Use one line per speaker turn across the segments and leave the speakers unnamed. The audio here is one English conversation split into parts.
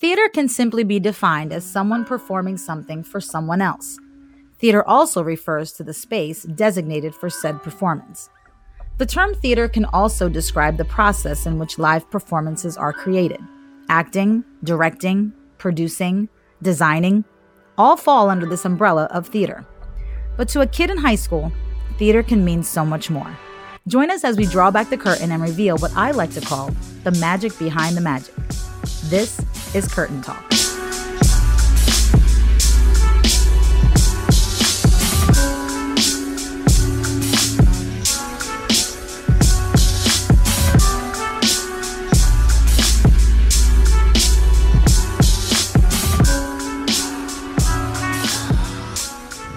Theater can simply be defined as someone performing something for someone else. Theater also refers to the space designated for said performance. The term theater can also describe the process in which live performances are created. Acting, directing, producing, designing all fall under this umbrella of theater. But to a kid in high school, theater can mean so much more. Join us as we draw back the curtain and reveal what I like to call the magic behind the magic. This is Curtain Talk.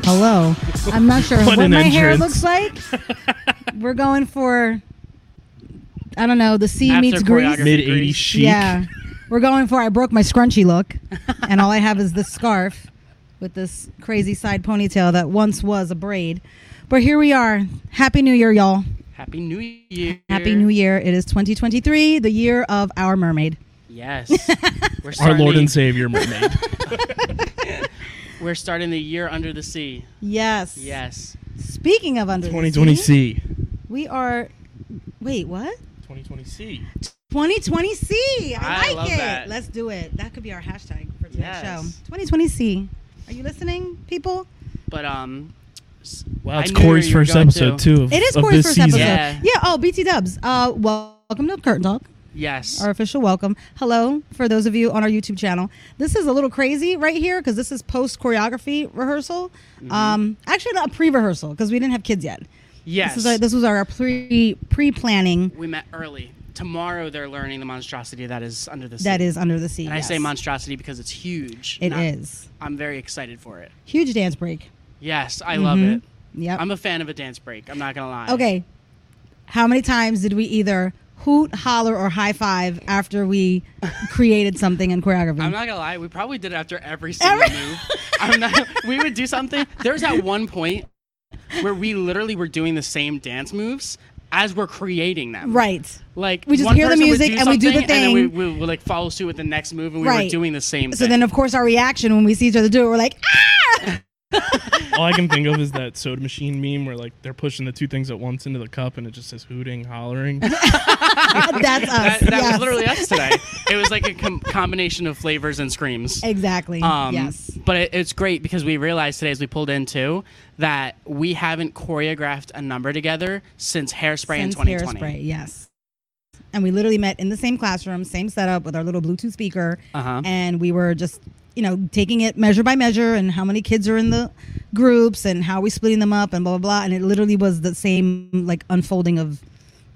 Hello. I'm not sure what,
What an
my hair
entrance.
looks like. We're going for, I don't know, the sea
After
meets
choreography.
Greece.
Mid 80s chic.
Yeah. We're going for, I broke my scrunchy look, and all I have is this scarf with this crazy side ponytail that once was a braid. But here we are. Happy New Year, y'all.
Happy New Year.
Happy New Year. It is 2023, the year of our mermaid.
Yes. we're starting
Our Lord
the,
and Savior mermaid.
We're starting the year under the sea.
Yes.
Yes.
Speaking of under the
2020
sea,
C.
we are, wait, what?
2020 C.
2020 C. I
I
like
love
it.
that.
Let's do it. That could be our hashtag for tonight's
Yes.
show. 2020 C. Are you listening, people?
But um s-
Wow, it's
I knew
Corey's
you were
first
going
episode
to.
too. Of,
It is
of
Corey's
this
first
season.
episode.
Yeah.
Oh, BT Dubs. Uh, well, welcome to Curtain Talk,
Yes.
our official welcome. Hello for those of you on our YouTube channel. This is a little crazy right here because this is post choreography rehearsal. Um, actually, not pre rehearsal because we didn't have kids yet.
yes.
This, is our, this was our pre pre planning
we met early. Tomorrow they're learning the monstrosity that is under the sea.
that is under the sea.
And I say
yes.
monstrosity because it's huge.
It
It
is.
I'm very excited for it.
Huge dance break.
Yes, I love it.
Mm-hmm. Yep.
I'm a fan of a dance break. I'm not gonna lie.
Okay. How many times did we either hoot, holler, or high five after we created something in choreography?
I'm not gonna lie, we probably did it after every single
Mm. Every-
move. I'm not, we would do something. There was at one point where we literally were doing the same dance moves as we're creating them.
right.
Like
We just
one
hear the
person would
music and we do the
something, And then
thing.
we, we would like follow suit with the next move, and we
Right.
were doing the same.
So
thing.
then, of course, our reaction when we see each other do it, we're like, ah!
All I can think of is that soda machine meme where like they're pushing the two things at once into the cup and it just says hooting, hollering.
"Ah, that's us.
that, that
yes.
was literally us today. it was like a com- combination of flavors and screams.
Exactly.
Um,
yes.
But it, it's great because we realized today as we pulled in too that we haven't choreographed a number together since Hairspray in
Since
2020.
Hairspray, yes. And we literally met in the same classroom, same setup with our little Bluetooth speaker.
Uh-huh.
And we were just, you know, taking it measure by measure and how many kids are in the groups and how are we splitting them up and blah, blah, blah. And it literally was the same, like, unfolding of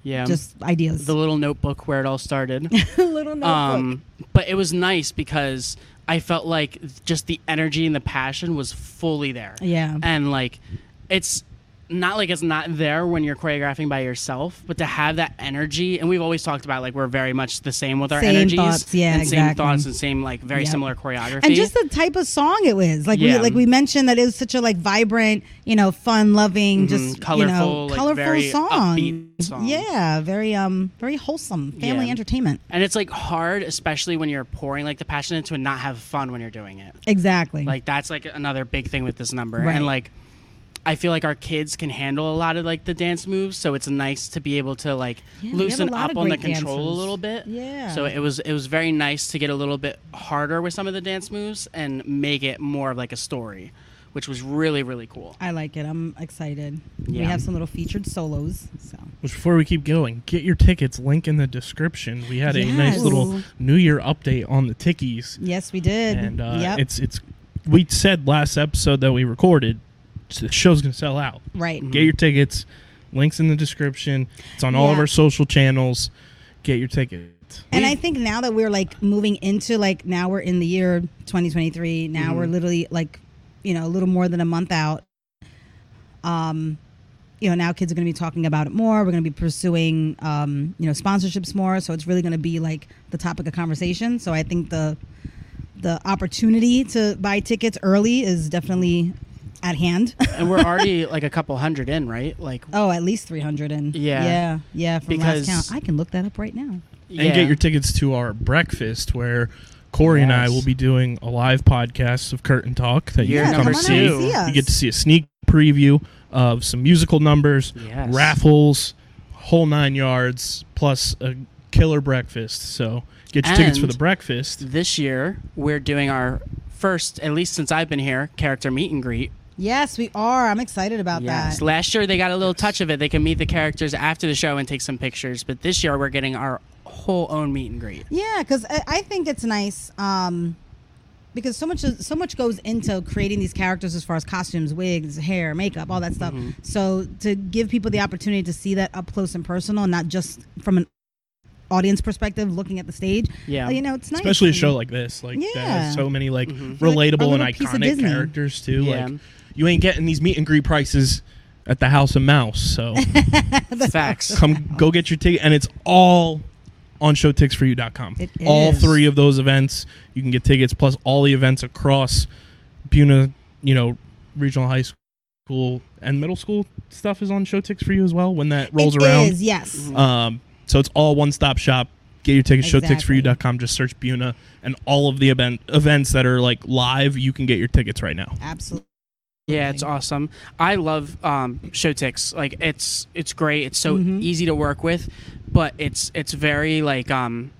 Yeah.
just ideas.
Um, the little notebook where it all started.
little notebook.
um, but it was nice because I felt like just the energy and the passion was fully there.
Yeah.
And like, it's not like it's not there when you're choreographing by yourself, but to have that energy, and we've always talked about like we're very much the same with our
Same
energies,
thoughts, yeah,
and same
exactly.
thoughts and same like very
Yep.
similar choreography.
and just the type of song it was like
Yeah.
we like we mentioned that it was such a like vibrant you know fun loving just
Mm-hmm. colorful,
you know
like,
colorful
very
song.
upbeat song.
yeah very um very wholesome family
Yeah.
entertainment
and it's like hard, especially when you're pouring like the passion into it, not have fun when you're doing it.
exactly
Like that's like another big thing with this number.
Right.
And like I feel like our kids can handle a lot of like the dance moves, so it's nice to be able to like
Yeah, we have a
loosen
lot
up
of
on the
great
control
dancers.
a little bit.
Yeah.
So it was it was very nice to get a little bit harder with some of the dance moves and make it more of like a story, which was really really cool.
I like it I'm excited we
Yeah.
have some little featured solos so
Which before we keep going, get your tickets. Link in the description. We had a nice
Yes.
little
Ooh.
New Year update on the tickies,
yes we did
and uh,
yep
it's it's. We said last episode that we recorded, so the show's gonna sell out.
right
Get your tickets. Links in the description. It's on all of
Yeah.
our social channels. Get your tickets.
And I think now that we're like moving into like now we're in the year 2023. Now we're
Mm-hmm.
literally like, you know, a little more than a month out. Um, you know, now kids are going to be talking about it more. We're going to be pursuing, um, you know, sponsorships more. So it's really going to be like the topic of conversation. So I think the the opportunity to buy tickets early is definitely at hand.
and we're already like a couple hundred in, right? Like
oh, at least 300 and
Yeah.
yeah, yeah. From
Because-
last count, I can look that up right now.
and
yeah.
get your tickets to our breakfast where Corey and I
Yes.
will be doing a live podcast of Curtain Talk that you
Year
yeah,
can
come
come
number
and
on out
see.
two.
and see us.
You get to see a sneak preview of some musical numbers,
Yes.
raffles, whole nine yards, plus a killer breakfast. So get your tickets for
And-
the breakfast.
This year, we're doing our first, at least since I've been here, character meet and greet.
Yes, we are. I'm excited about
Yes.
that.
Last year, they got a little touch of it. They can meet the characters after the show and take some pictures. But this year, we're getting our whole own meet and greet.
Yeah, because I, I think it's nice um, because so much is- so much goes into creating these characters as far as costumes, wigs, hair, makeup, all that
Mm-hmm.
stuff. So to give people the opportunity to see that up close and personal, not just from an audience perspective looking at the stage.
Yeah.
you know, it's nice.
Especially a
and-
show like this, like that has
Yeah. Mm-hmm.
so many like
Like a
relatable and
little piece of
iconic
Disney.
characters too.
Yeah.
Like you ain't getting these meet and greet prices at the House of Mouse, so
Facts.
come go get your ticket and it's all on showticksforyou.com
It
all
is.
three of those events you can get tickets plus all the events across buna you know regional high school and middle school stuff is on showtix for you as well when that rolls
It
around
is,
Mm-hmm.
yes.
um so it's all one stop shop get your tickets
Exactly.
showticksforyou.com just search buna and all of the event events that are like live you can get your tickets right now
Absolutely.
Yeah, it's awesome. I love um, Showtix. Like it's it's great. It's so
Mm-hmm.
easy to work with, but it's it's very like um,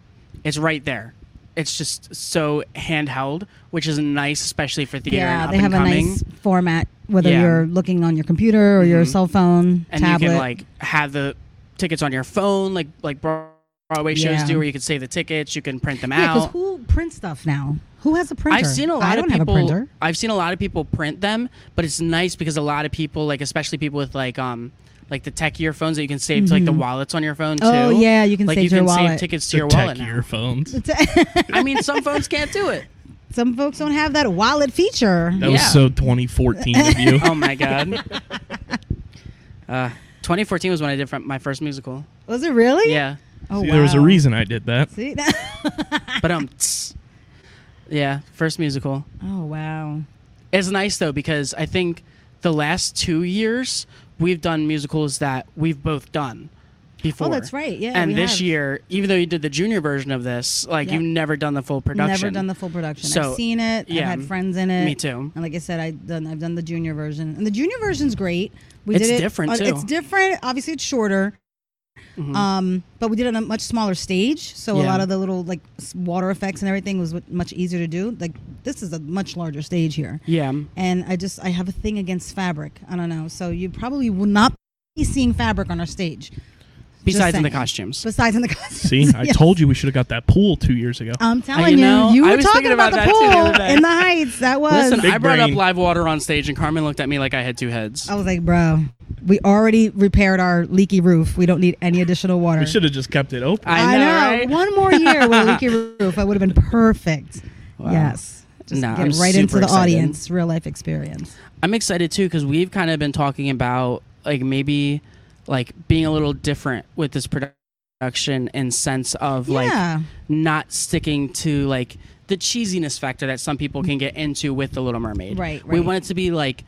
it's right there. It's just so handheld, which is nice, especially for theater. and
Yeah,
up
they have
and
a
coming.
nice format, whether
Yeah. Mm-hmm.
you're looking on your computer or your cell phone,
and
tablet.
you can like have the tickets on your phone, like like Broadway shows
Yeah.
do, where you can save the tickets, you can print them
yeah, because
out.
who prints stuff now? Who has a printer?
I've seen a lot
I
of
don't
people.
have a printer.
I've seen a lot of people print them, but it's nice because a lot of people, like especially people with like um like the tech earphones that you can save to like the wallets on your phone too.
Mm-hmm. Oh, yeah, you can
like
save
you
to
can
your wallet.
save tickets to
The
your
tech
wallet now.
earphones that
I mean, some phones can't do it.
Some folks don't have that wallet feature.
was
Yeah.
so 2014 of you
Oh my god. Uh, 2014 was when I did fr- my first musical.
Was it really?
Yeah,
Oh,
See, there was a
wow.
reason i did that
See?
but um, tss. yeah, first musical.
oh wow.
It's nice though because I think the last two years we've done musicals that we've both done before.
Oh, that's right. Yeah,
And
we
this
have.
year, even though you did the junior version of this, like
Yeah.
you've never done the full production.
Never done the full production.
So,
I've seen it.
yeah,
I've had friends in it.
me too.
And like I said, I've done I've done the junior version, and the junior version's great. We
It's
did it.
different,
on-
too. Mm-hmm.
It's different. Obviously, it's shorter. Um, but we did it on a much smaller stage, so a
Yeah.
lot of the little like s- water effects and everything was w- much easier to do. Like this is a much larger stage here.
Yeah.
and I just I have a thing against fabric. I don't know. So you probably will not be seeing fabric on our stage.
Besides in the
saying.
costumes.
Besides in the costume.
See, I told you we should have got that pool two years ago.
I'm
Uh,
telling
you
you,
know,
you
I
were
was
talking
thinking
about,
about
the
that too the other
pool
day.
in the heights. That was.
Listen,
Big
I brought
brain.
up live water on stage, and Carmen looked at me like I had two heads.
I was like, bro, we already repaired our leaky roof. We don't need any additional water.
we should have just kept it open.
I, know, right?
One more year with a leaky roof, I would have been perfect. Yes. Just
No,
get
I'm
right into
super
the
excited.
audience, real life experience.
I'm excited too because we've kind of been talking about like maybe like being a little different with this production in sense of
Yeah.
like not sticking to like the cheesiness factor that some people can get into with the Little Mermaid.
Right,
We
right.
want it to be like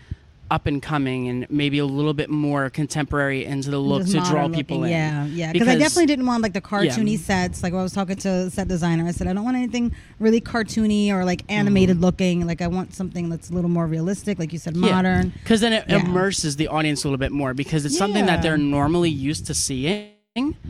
up and coming and maybe a little bit more contemporary into the look
Just
to draw
modern
people
looking.
in.
Yeah, yeah. Because I definitely didn't want like the cartoony sets. Like when I was talking to a set designer, I said I don't want anything really cartoony or
Mm-hmm.
like animated looking. Like I want something that's a little more realistic, like you said, modern.
Because then it
Yeah.
immerses the audience a little bit more because it's something that
Yeah.
they're normally used to seeing.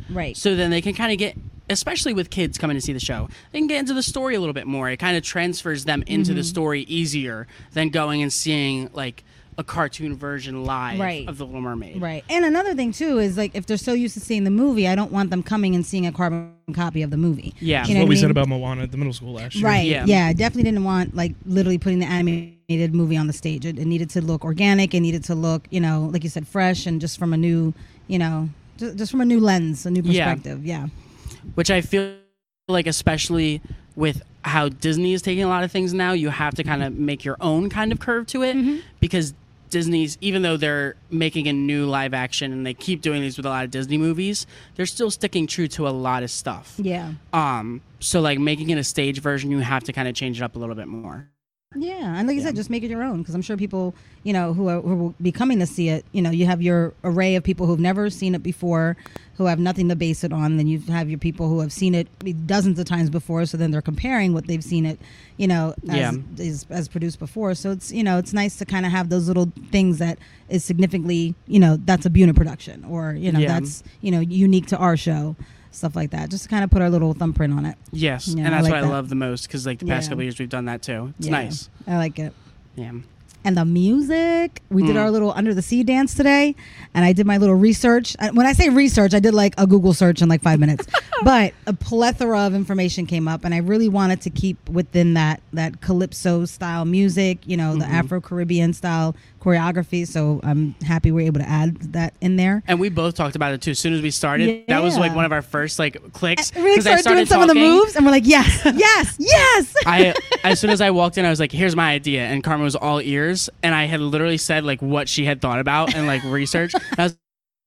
Right.
So then they can kind of get, especially with kids coming to see the show, they can get into the story a little bit more. It kind of transfers them into
Mm-hmm.
the story easier than going and seeing like a cartoon version live
Right.
of The Little Mermaid.
Right. And another thing too is like if they're so used to seeing the movie, I don't want them coming and seeing a carbon copy of the movie.
Yeah.
You know
what
what
we
I
said
mean?
about Moana at the middle school last year.
Right.
Yeah.
Yeah. I definitely didn't want like literally putting the animated movie on the stage. It, it needed to look organic. It needed to look, you know, like you said, fresh and just from a new, you know, just, just from a new lens, a new
Yeah.
perspective. Yeah.
Which I feel like, especially with how Disney is taking a lot of things now, you have to kind of make your own kind of curve to it
Mm-hmm.
because. Disney's, even though they're making a new live action and they keep doing these with a lot of Disney movies, they're still sticking true to a lot of stuff.
Yeah.
Um, so like making it a stage version, you have to kind of change it up a little bit more.
Yeah, and like you said, just make it your own because I'm sure people, you know, who, are, who will be coming to see it, you know, you have your array of people who've never seen it before, who have nothing to base it on. Then you have your people who have seen it dozens of times before, so then they're comparing what they've seen it, you know, as,
Yeah.
is, as produced before. So it's you know, it's nice to kind of have those little things that is significantly, you know, that's a Buna production or you know,
Yeah.
that's you know, unique to our show, stuff like that. Just to kind of put our little thumbprint on it.
Yes,
Yeah, I
and that's
like
what
that.
I love the most because like the past
Yeah.
couple years we've done that too. It's
Yeah.
nice.
I like it.
Yeah.
and the music. We did our little under the sea dance today, and I did my little research. And When I say research, I did like a Google search in like five minutes, but a plethora of information came up, and I really wanted to keep within that that calypso style music, you know, the Afro Caribbean style choreography. So I'm happy we are able to add that in there.
And we both talked about it too. As soon as we started, that was like
Yeah.
one of our first like clicks.
We like,
'cause I
started doing some of the
talking.
moves, and we're like, yes, yes, yes.
I as soon as I walked in, I was like, "Here's my idea," and Karma was all ears. And I had literally said like what she had thought about and like research. And I was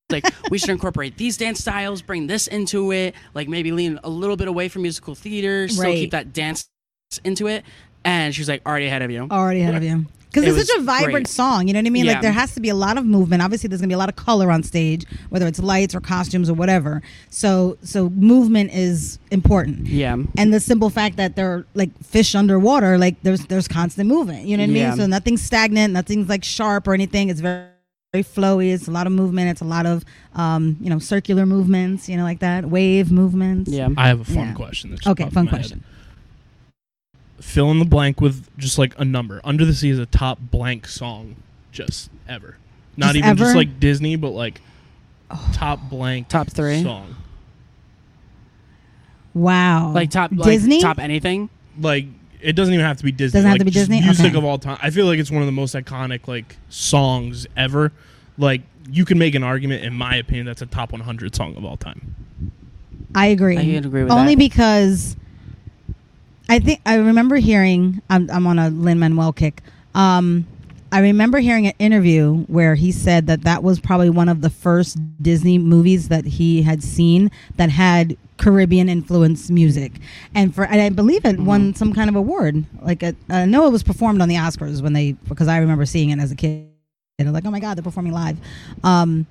like, "We should incorporate these dance styles, bring this into it, like maybe lean a little bit away from musical theater, still
Right.
keep that dance into it." And she was like, "Already ahead of you."
already ahead of you because
It
it's such a
was
vibrant
great.
song you know what i mean like
Yeah.
there has to be a lot of movement obviously there's gonna be a lot of color on stage whether it's lights or costumes or whatever so so movement is important
Yeah.
and the simple fact that they're like fish underwater like there's there's constant movement you know what i
Yeah.
mean so nothing's stagnant nothing's like sharp or anything it's very very flowy it's a lot of movement it's a lot of um you know circular movements you know like that wave movements
Yeah.
I have a fun
Yeah.
question. That just
okay
popped in
fun
my head.
question
Fill in the blank with just like a number. Under the Sea is a top blank song, just ever. Not
Just
even just
ever? Oh.
like Disney, but like top blank
Top three?
song.
wow
Like top like,
disney
top anything.
Like it doesn't even have to be Disney.
Doesn't have
like,
to be
just
Disney?
Music
Okay.
of all time. I feel like it's one of the most iconic like songs ever. Like you can make an argument, in my opinion, that's a top 100 song of all time.
I agree.
I can agree with
Only
that.
because I think I remember hearing I'm, I'm on a Lin Manuel kick. Um, I remember hearing an interview where he said that that was probably one of the first Disney movies that he had seen that had Caribbean influence music, and for and I believe it won
Mm-hmm.
some kind of award. Like a- I know it was performed on the Oscars when they because I remember seeing it as a kid. And I'm like, oh my god, they're performing live. Um,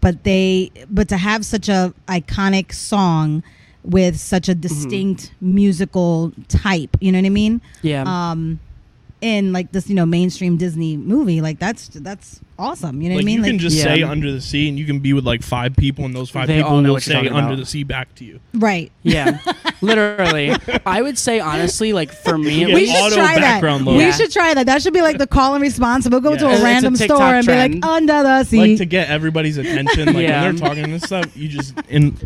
but they but to have such a iconic song with such a
Mm-hmm.
distinct musical type you know what i mean
Yeah.
um in like this you know mainstream disney movie like that's that's awesome you know what
Like
i mean
you can
like
just
Yeah.
say Under the Sea, and you can be with like five people, and those five
They all
people
know
will
what you're
say
talking
Under
about.
the Sea back to you.
right
yeah. literally. I would say honestly, like for me, at
Yeah,
we
least,
should
auto
try that.
background
load.
We
Yeah.
should try that. That should be like the call and response. We'll go
Yeah.
to a
It's
a
random
TikTok
store and be like,
trend.
"Under the sea."
like to get everybody's attention. Like
Yeah.
when they're talking this stuff, you just in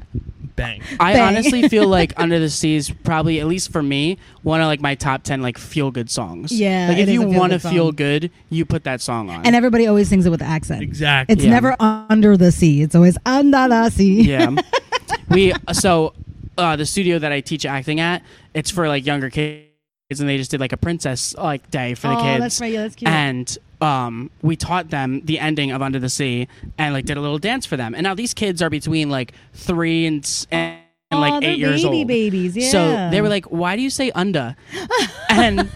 bang.
I
Bang.
honestly feel like Under the Sea is probably at least for me one of like my top ten like feel good songs.
Yeah,
like
it
if
is
you
a feel-good
want to
song.
feel good, you put that song on.
and everybody always sings it with the accent.
Exactly.
It's
Yeah.
never under the sea. It's always under the sea.
yeah, we so uh, the studio that I teach acting at, it's for like younger kids, and they just did like a princess like day for the
Oh,
kids.
that's right. Yeah, that's cute.
And um, we taught them the ending of Under the Sea and like did a little dance for them. And now these kids are between like three and s- and,
Oh,
and, like
they're
eight years
baby
old.
babies, yeah.
So they were like, "Why do you say Unda?" And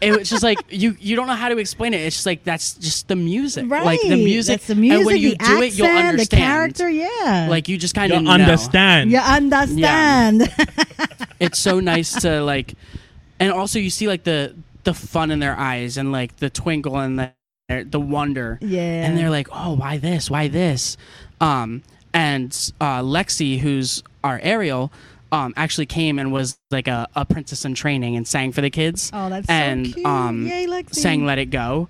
it was just like you you don't know how to explain it. It's just like that's just the music,
right.
like the music.
That's the music.
and when you
the
do it, you'll
accent,
understand.
The character, yeah.
Like you just kind
You
of
understand.
you understand.
it's so nice to like and also you see like the the fun in their eyes and like the twinkle and the the wonder
Yeah.
and they're like oh why this why this um and uh lexi who's our ariel um actually came and was like a, a princess in training and sang for the kids
Oh, that's so
and
cute.
um
Yay, Lexi.
sang let it go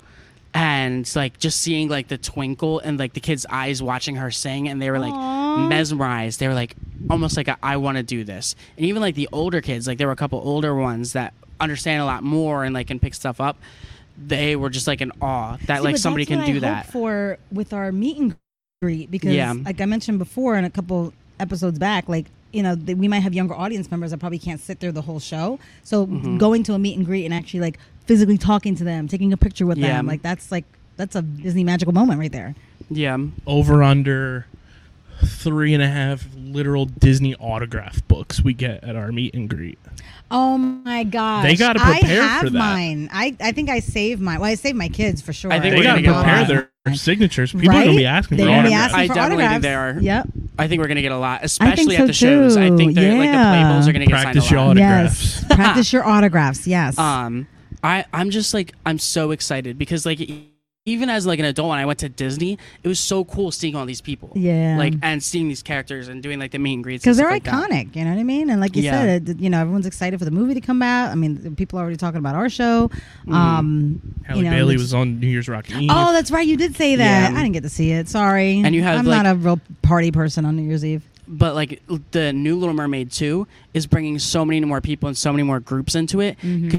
and like just seeing like the twinkle and like the kids eyes watching her sing and they were like
Aw.
mesmerized. They were like almost like a, I want to do this. And even like the older kids, like there were a couple older ones that understand a lot more and like can pick stuff up. They were just like in awe that
See,
like
but
somebody
that's
can
what I
do
hope
that.
for with our meet and greet because,
Yeah.
like I mentioned before, in a couple episodes back, like you know th- we might have younger audience members that probably can't sit through the whole show. So
Mm-hmm.
going to a meet and greet and actually like physically talking to them, taking a picture with
Yeah.
them, like that's like that's a Disney magical moment right there.
Yeah.
Over under. three and a half literal Disney autograph books we get at our meet and greet.
Oh my gosh.
They gotta prepare
I have
for that.
mine. I, I think I saved mine. Well, I saved my kids for sure.
I think
They
we're
got to
gonna get a
prepare
lot.
their signatures. People are gonna
Right?
be asking
They're
for
gonna be
autographs.
asking
I
for
definitely think
autographs.
they are.
Yep.
I think we're gonna get a lot, especially at
so
the shows. I think they're like the
too.
playbills are gonna get
Practice your
signed a lot.
autographs.
Yes. Practice your autographs. Yes.
um i i'm just like i'm so excited because like e- even as like an adult when i went to disney it was so cool seeing all these people
Yeah.
like and seeing these characters and doing like the meet and greets and
because they're
stuff like that.
iconic, you know what I mean? And like you
Yeah.
said, it, you know everyone's excited for the movie to come out. I mean, people are already talking about our show.
Mm-hmm.
Um,
Halle
you know,
Bailey
which-
was on New Year's Rock Eve.
Oh, that's right. You did say that.
Yeah.
I didn't get to see it. Sorry.
And you have,
I'm
like-
not a real party person on New Year's Eve.
but like l- the new little mermaid 2 is bringing so many more people and so many more groups into it
Mm-hmm.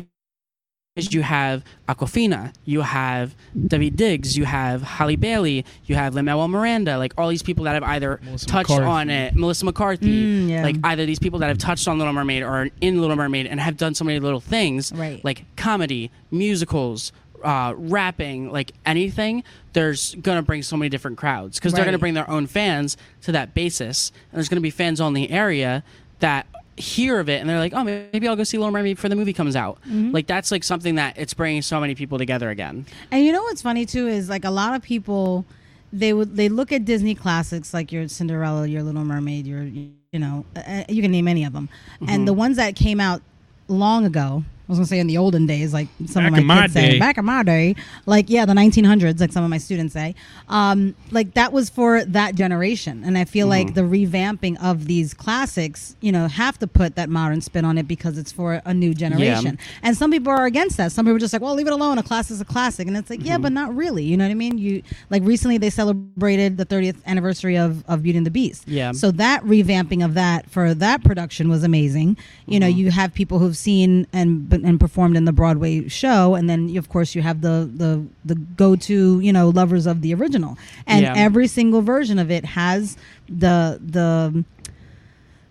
because you have aquafina you have debbie diggs you have holly bailey you have lin-manuel miranda like all these people that have either
Melissa
touched
McCarthy.
on it melissa mccarthy
Mm, yeah.
like either these people that have touched on little mermaid or are in little mermaid and have done so many little things
Right.
like comedy musicals uh, rapping like anything there's gonna bring so many different crowds because they're gonna
Right.
bring their own fans to that basis. And there's going to be fans on the area that hear of it and they're like, oh, maybe I'll go see Little Mermaid before the movie comes out. Like that's like something that it's bringing so many people together again.
And you know what's funny too is like a lot of people they would they look at Disney classics like your Cinderella, your Little Mermaid, your you know uh, you can name any of them, and the
Mm-hmm.
ones that came out long ago. I was gonna say in the olden days, like some
Back
of my,
in my
kids
day.
say, back in my day, like yeah, the 1900s, like some of my students say, um, like that was for that generation, and I feel like
Mm-hmm.
the revamping of these classics, you know, have to put that modern spin on it because it's for a new generation. And some people are against that. Some people are just like, well, leave it alone. A class is a classic. And it's like,
Mm-hmm.
yeah, but not really. You know what I mean? You like recently they celebrated the 30th anniversary of, of Beauty and the Beast.
Yeah.
So that revamping of that for that production was amazing. You know,
Mm-hmm.
you have people who've seen and been- and performed in the Broadway show, and then you- of course you have the the the go to you know lovers of the original. And
Yeah.
every single version of it has the the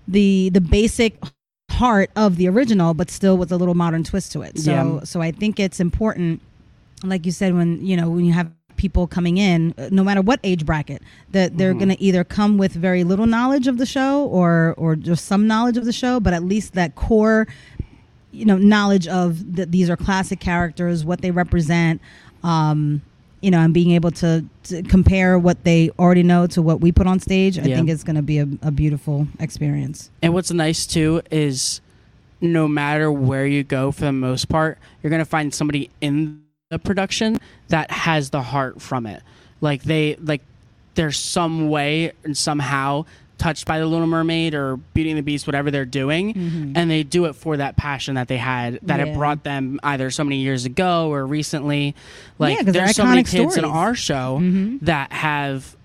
the the basic heart of the original, but still with a little modern twist to it. So
Yeah.
so I think it's important, like you said, when you know when you have people coming in, uh, no matter what age bracket, that
Mm-hmm.
they're going to either come with very little knowledge of the show or or just some knowledge of the show, but at least that core you know knowledge of that these are classic characters, what they represent, um, you know, and being able to, to compare what they already know to what we put on stage, I
Yeah.
think it's going to be a, a beautiful experience.
And what's nice too is no matter where you go, for the most part, you're going to find somebody in the production that has the heart from it. Like they, like they're some way and somehow touched by the Little Mermaid or Beauty and the Beast, whatever they're doing, and they do it for that passion that they had that
Mm-hmm. Yeah.
it brought them either so many years ago or recently. Like
'cause they're
there's so many
iconic
kids in
stories.
our show
Mm-hmm.
that have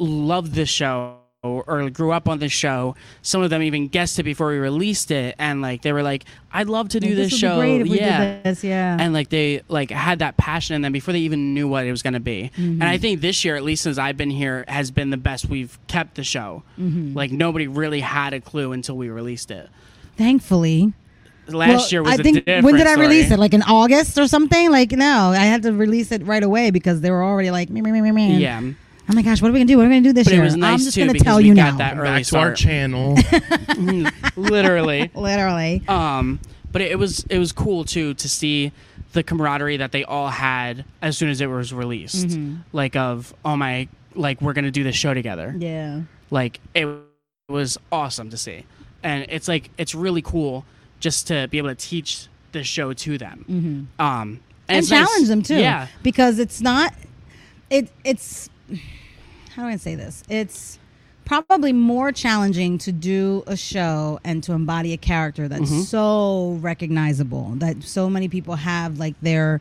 loved this show or grew up on this show. Some of them even guessed it before we released it, and like they were like, "I'd love to do
Like,
this,
would be
show."
great if we did
yeah.
this, yeah.
And like they like had that passion in them before they even knew what it was going to be. And
Mm-hmm.
I think this year, at least since I've been here, has been the best we've kept the show.
Mm-hmm.
Like nobody really had a clue until we released it.
Thankfully,
Last
Well,
year was
I think
a different
when did I
story.
release it? Like in August or something? Like no, I had to release it right away because they were already like, meh, meh, meh, meh, meh.
Yeah,
Oh my gosh, what are we gonna do? What are we gonna do this
But it
year?
was nice,
I'm just
too,
gonna
because
tell
we
you
got
now.
that early
Back to
start.
our channel.
literally.
Literally.
Um, but it, it was it was cool too to see the camaraderie that they all had as soon as it was released.
Mm-hmm.
Like of oh my, like we're gonna do this show together.
Yeah.
Like it was awesome to see, and it's like it's really cool just to be able to teach the show to them. Mm-hmm. Um,
and,
it's nice-
challenge them too.
Yeah,
because it's not it it's how do I say this? It's probably more challenging to do a show and to embody a character that's
Mm-hmm.
so recognizable that so many people have like their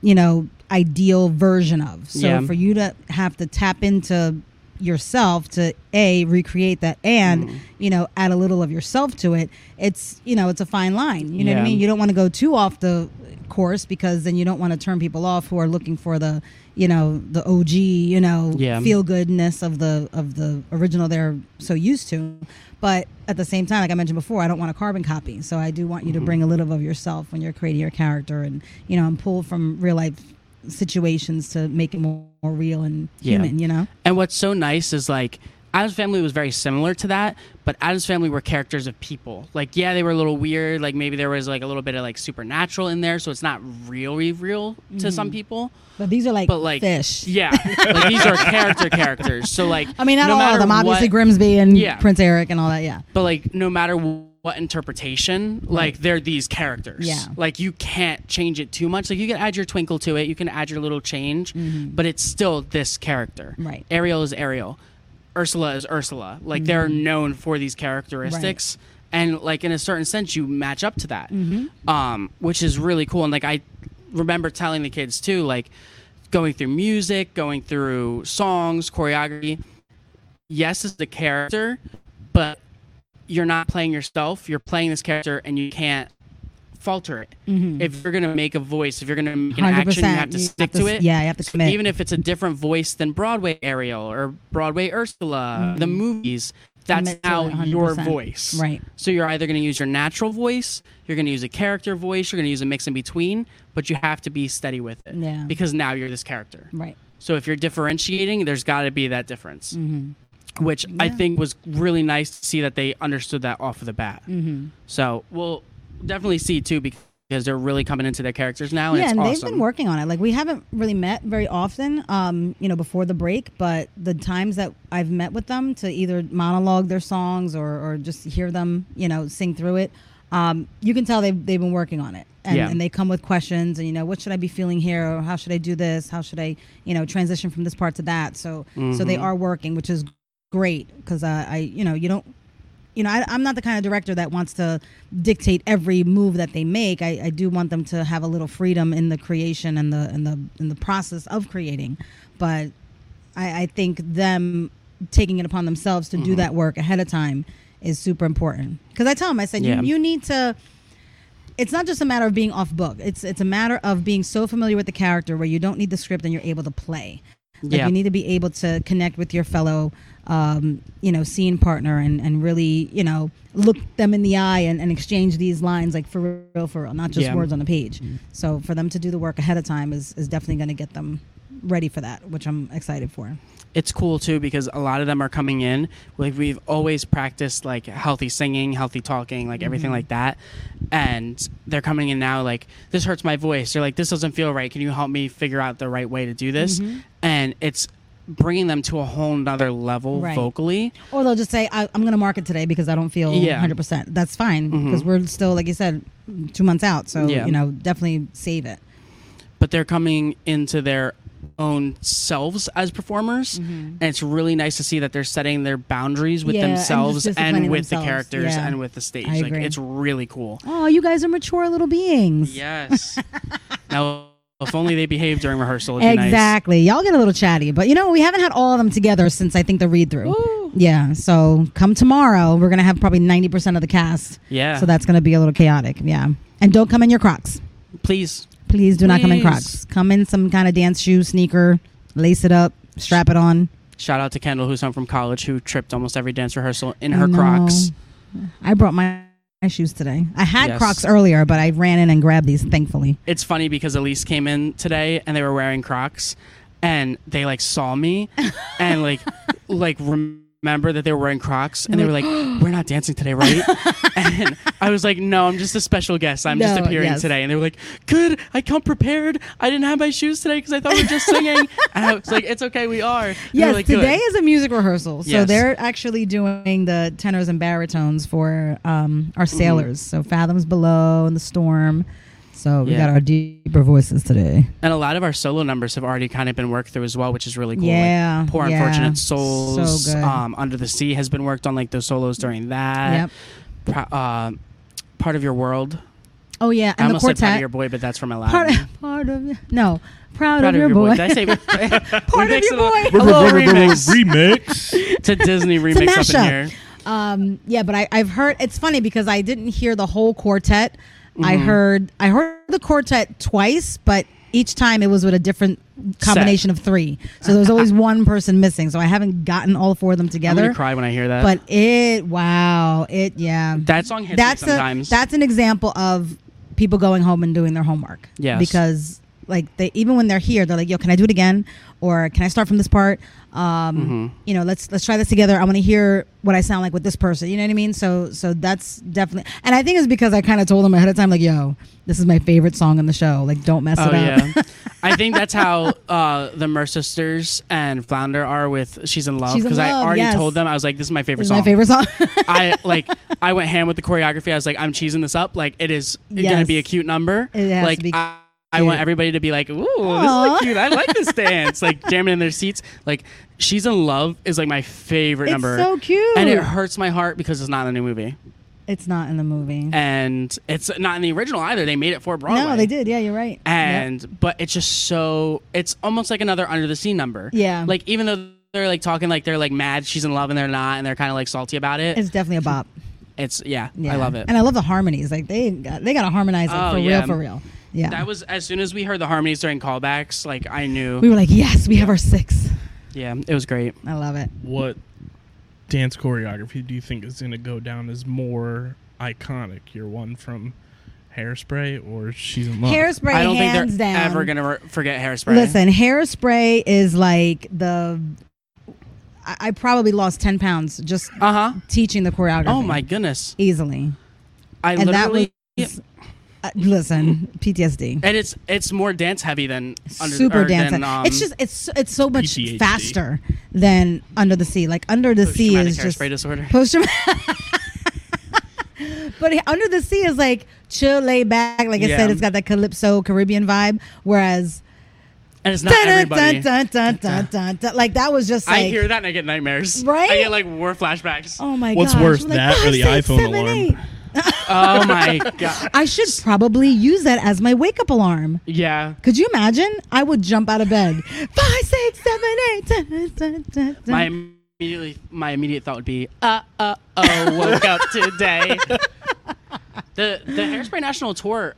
you know ideal version of. So
Yeah.
for you to have to tap into yourself to a recreate that and
Mm-hmm.
you know add a little of yourself to it it's you know it's a fine line you know what i
Yeah.
mean you don't want to go too off the course because then you don't want to turn people off who are looking for the you know the og you know
Yeah.
feel goodness of the of the original they're so used to but at the same time like i mentioned before i don't want a carbon copy so i do want you to
Mm-hmm.
bring a little of yourself when you're creating your character and you know and pull from real life situations to make it more, more real and
Yeah.
human you know
And what's so nice is like Adam's Family was very similar to that, but Adam's Family were characters of people. Like, yeah, they were a little weird. Like, maybe there was like a little bit of like supernatural in there, so it's not really real to some people.
But these are like,
But like,
Mm-hmm. fish.
yeah, like these are character characters. So like,
I mean, not
no
all
matter
of them. Obviously,
what-
Grimsby and
Yeah.
Prince Eric and all that. Yeah.
but like no matter wh- what interpretation like they're these characters
Yeah.
like you can't change it too much like you can add your twinkle to it you can add your little change but it's still this character
Mm-hmm. Right.
ariel is ariel ursula is ursula like they're
Mm-hmm.
known for these characteristics and like in a certain sense you match up to that
Mm-hmm.
um, which is really cool and like i remember telling the kids too like going through music going through songs choreography yes, it's the character, but you're not playing yourself. You're playing this character, and you can't falter it. If you're gonna make a voice, if you're gonna make an action, you
100%,
have
Mm-hmm.
to
you have
stick to,
to s-
it.
yeah, you have to
So
commit.
Even if it's a different voice than Broadway Ariel or Broadway Ursula, the movies. That's
Mm-hmm. Commit to
now
it
your
100%.
voice.
Right.
So you're either going to use your natural voice, you're going to use a character voice, you're going to use a mix in between, but you have to be steady with it.
Yeah.
Because now you're this character.
Right.
So if you're differentiating, there's got to be that difference,
Mm-hmm.
which I think was really nice to see that they understood that off of the bat. Mm-hmm. So we'll definitely see too because they're really coming into their characters now. And
yeah,
it's
and
awesome.
they've been working on it. Like we haven't really met very often, um, you know, before the break. But the times that I've met with them to either monologue their songs or, or just hear them, you know, sing through it, um, you can tell they've they've been working on it. And,
Yeah.
and they come with questions, and you know, what should I be feeling here, or how should I do this? How should I, you know, transition from this part to that? So so
Mm-hmm.
they are working, which is great because uh, I, you know, you don't you know, I, I'm not the kind of director that wants to dictate every move that they make. I, I do want them to have a little freedom in the creation and the and the in the process of creating, but I, I think them taking it upon themselves to do that work ahead of time is super important. Because I tell them, I said,
Yeah.
you, you need to. It's not just a matter of being off book. It's it's a matter of being so familiar with the character where you don't need the script and you're able to play. Like
Yeah.
you need to be able to connect with your fellow, um, you know, scene partner and, and really, you know, look them in the eye and, and exchange these lines like for real, for real, not just
Yeah.
words on a page. So for them to do the work ahead of time is, is definitely going to get them ready for that, which I'm excited for.
it's cool too because a lot of them are coming in like we've always practiced like healthy singing healthy talking like
Mm-hmm.
everything like that and they're coming in now like this hurts my voice they're like this doesn't feel right can you help me figure out the right way to do this
Mm-hmm.
and it's bringing them to a whole nother level
Right.
vocally
Or they'll just say, I, I'm going to mark it today because I don't feel
Yeah.
100%. That's fine because we're still, like you said, two months out. So,
Yeah.
you know, definitely save it.
but they're coming into their own selves as performers and it's really nice to see that they're setting their boundaries with
Mm-hmm. Yeah, and just
themselves and
disciplining
with
themselves.
the characters
Yeah.
and with the stage
I
like
agree.
it's really cool
Oh, you guys are mature little beings.
Yes. now, if only they behaved during rehearsal. It'd
Exactly. Y'all get a little chatty, but you know, we haven't had all of them together since I think the read through. Yeah. So come tomorrow, we're going to have probably 90% of the cast.
Be nice. Yeah.
So that's going to be a little chaotic. Yeah. And don't come in your Crocs.
please.
Please do not come in
Please.
Crocs. Come in some kind of dance shoe, sneaker, lace it up, strap it on.
Shout out to Kendall, who's home from college, who tripped almost every dance rehearsal in
I
her
know.
Crocs.
I brought my, my shoes today. I had
Yes.
Crocs earlier, but I ran in and grabbed these, thankfully.
It's funny because Elise came in today and they were wearing Crocs, and they like saw me, and like like remember that they were wearing Crocs, and they were like, "We're not dancing today, right?" and I was like, "No, I'm just a special guest. I'm just
No,
appearing
yes.
today." And they were like, "Good, I come prepared. I didn't have my shoes today because I thought we were just singing." and I was like, "It's okay, we are." And they were
Yes,
like, "Good."
today is a music rehearsal. So
Yes.
they're actually doing the tenors and baritones for um, our
Mm-hmm.
sailors. So Fathoms Below and The Storm. So we
Yeah.
got our deeper voices today.
And a lot of our solo numbers have already kind of been worked through as well, which is really cool. Like,
Yeah,
Poor
yeah.
Unfortunate Souls.
So good.
um, Under the Sea has been worked on, like those solos during that.
Yep.
Pro- uh, part of Your World.
Oh, yeah.
I
And the
almost said Part of
quartet.
Your Boy, but that's from Aladdin.
Part of, part of- no, proud, of, your, boy.
Did I say Part
Part of your boy.
Hello, Oh, remix.
remix.
it's a Disney
a
remix up in
mashup.
here.
Um, yeah, but I, I've heard it's funny because I didn't hear the whole quartet.
Mm-hmm.
I heard I heard the quartet twice, but each time it was with a different combination of three. So there was always one person missing. So I haven't gotten all four of them
I'm going to
together.
cry when I hear that.
But it wow, it yeah.
that song hits me
that's a,
sometimes.
that's an example of people going home and doing their homework.
Yes.
Because like they even when they're here they're like yo can i do it again or can i start from this part um
Mm-hmm.
you know let's let's try this together i want to hear what i sound like with this person you know what i mean so so that's definitely and i think it's because i kind of told them ahead of time like yo this is my favorite song on the show like don't mess
Oh
it up
yeah, I think that's how uh, the Mer sisters and Flounder are with "She's in Love"
She's in
because I
Love,
already
yes.
told them I was like, "This is my favorite
It's
song."
my favorite song
I like I went ham with the choreography. I was like, I'm cheesing this up. Like it is gonna
Yes.
be a cute number.
It has
like
to be
I, I want everybody to be like, ooh, this
Aw.
is cute. I like this dance. like jamming in their seats. Like she's in love is like my favorite
It's
number.
so cute.
And it hurts my heart because it's not in the new movie.
it's not in the movie
And it's not in the original either. They made it for Broadway.
no they did yeah you're right Yep.
And but it's just so it's almost like another under the sea number.
Yeah.
Like even though they're like talking like they're like mad she's in love and they're not and they're kind of like salty about it. It's,
it's definitely a bop
yeah,
yeah
I love it.
and i love the harmonies like they got, they gotta harmonize it
Oh,
for
yeah.
real for real yeah
That was as soon as we heard the harmonies during callbacks, like I knew.
we were like yes we have our six
yeah, it was great.
i love it
What dance choreography do you think is going to go down as more iconic? Your one from Hairspray or She's in Love?
hairspray
I don't think
hands
they're
down
ever gonna re- forget hairspray.
Listen, hairspray is like the. I, I probably lost ten pounds just
Uh huh.
teaching the choreography.
Oh my goodness.
Easily,
I
and that was.
literally.
Uh, listen, PTSD.
and it's it's more dance heavy than under,
Super
or
dance.
Than, um,
it's just it's it's so much
PTHD.
faster than Under the Sea. Like Under the Sea
post-traumatic
is just
hairspray disorder.
post But Under the Sea is like chill, lay back. Like I
Yeah.
said, it's got that calypso Caribbean vibe. Whereas
and it's not everybody.
dun, dun, dun, dun, dun. like that was just like
I hear that and I get nightmares.
Right?
I get like war flashbacks. Oh,
Oh my god!
What's worse, that or the iPhone alarm?
Oh my god.
I should probably use that as my wake up alarm.
Yeah.
Could you imagine? I would jump out of bed. Five, six, seven, eight. Dun, dun, dun, dun.
My immediately my immediate thought would be uh uh oh woke up today. the the Hairspray National Tour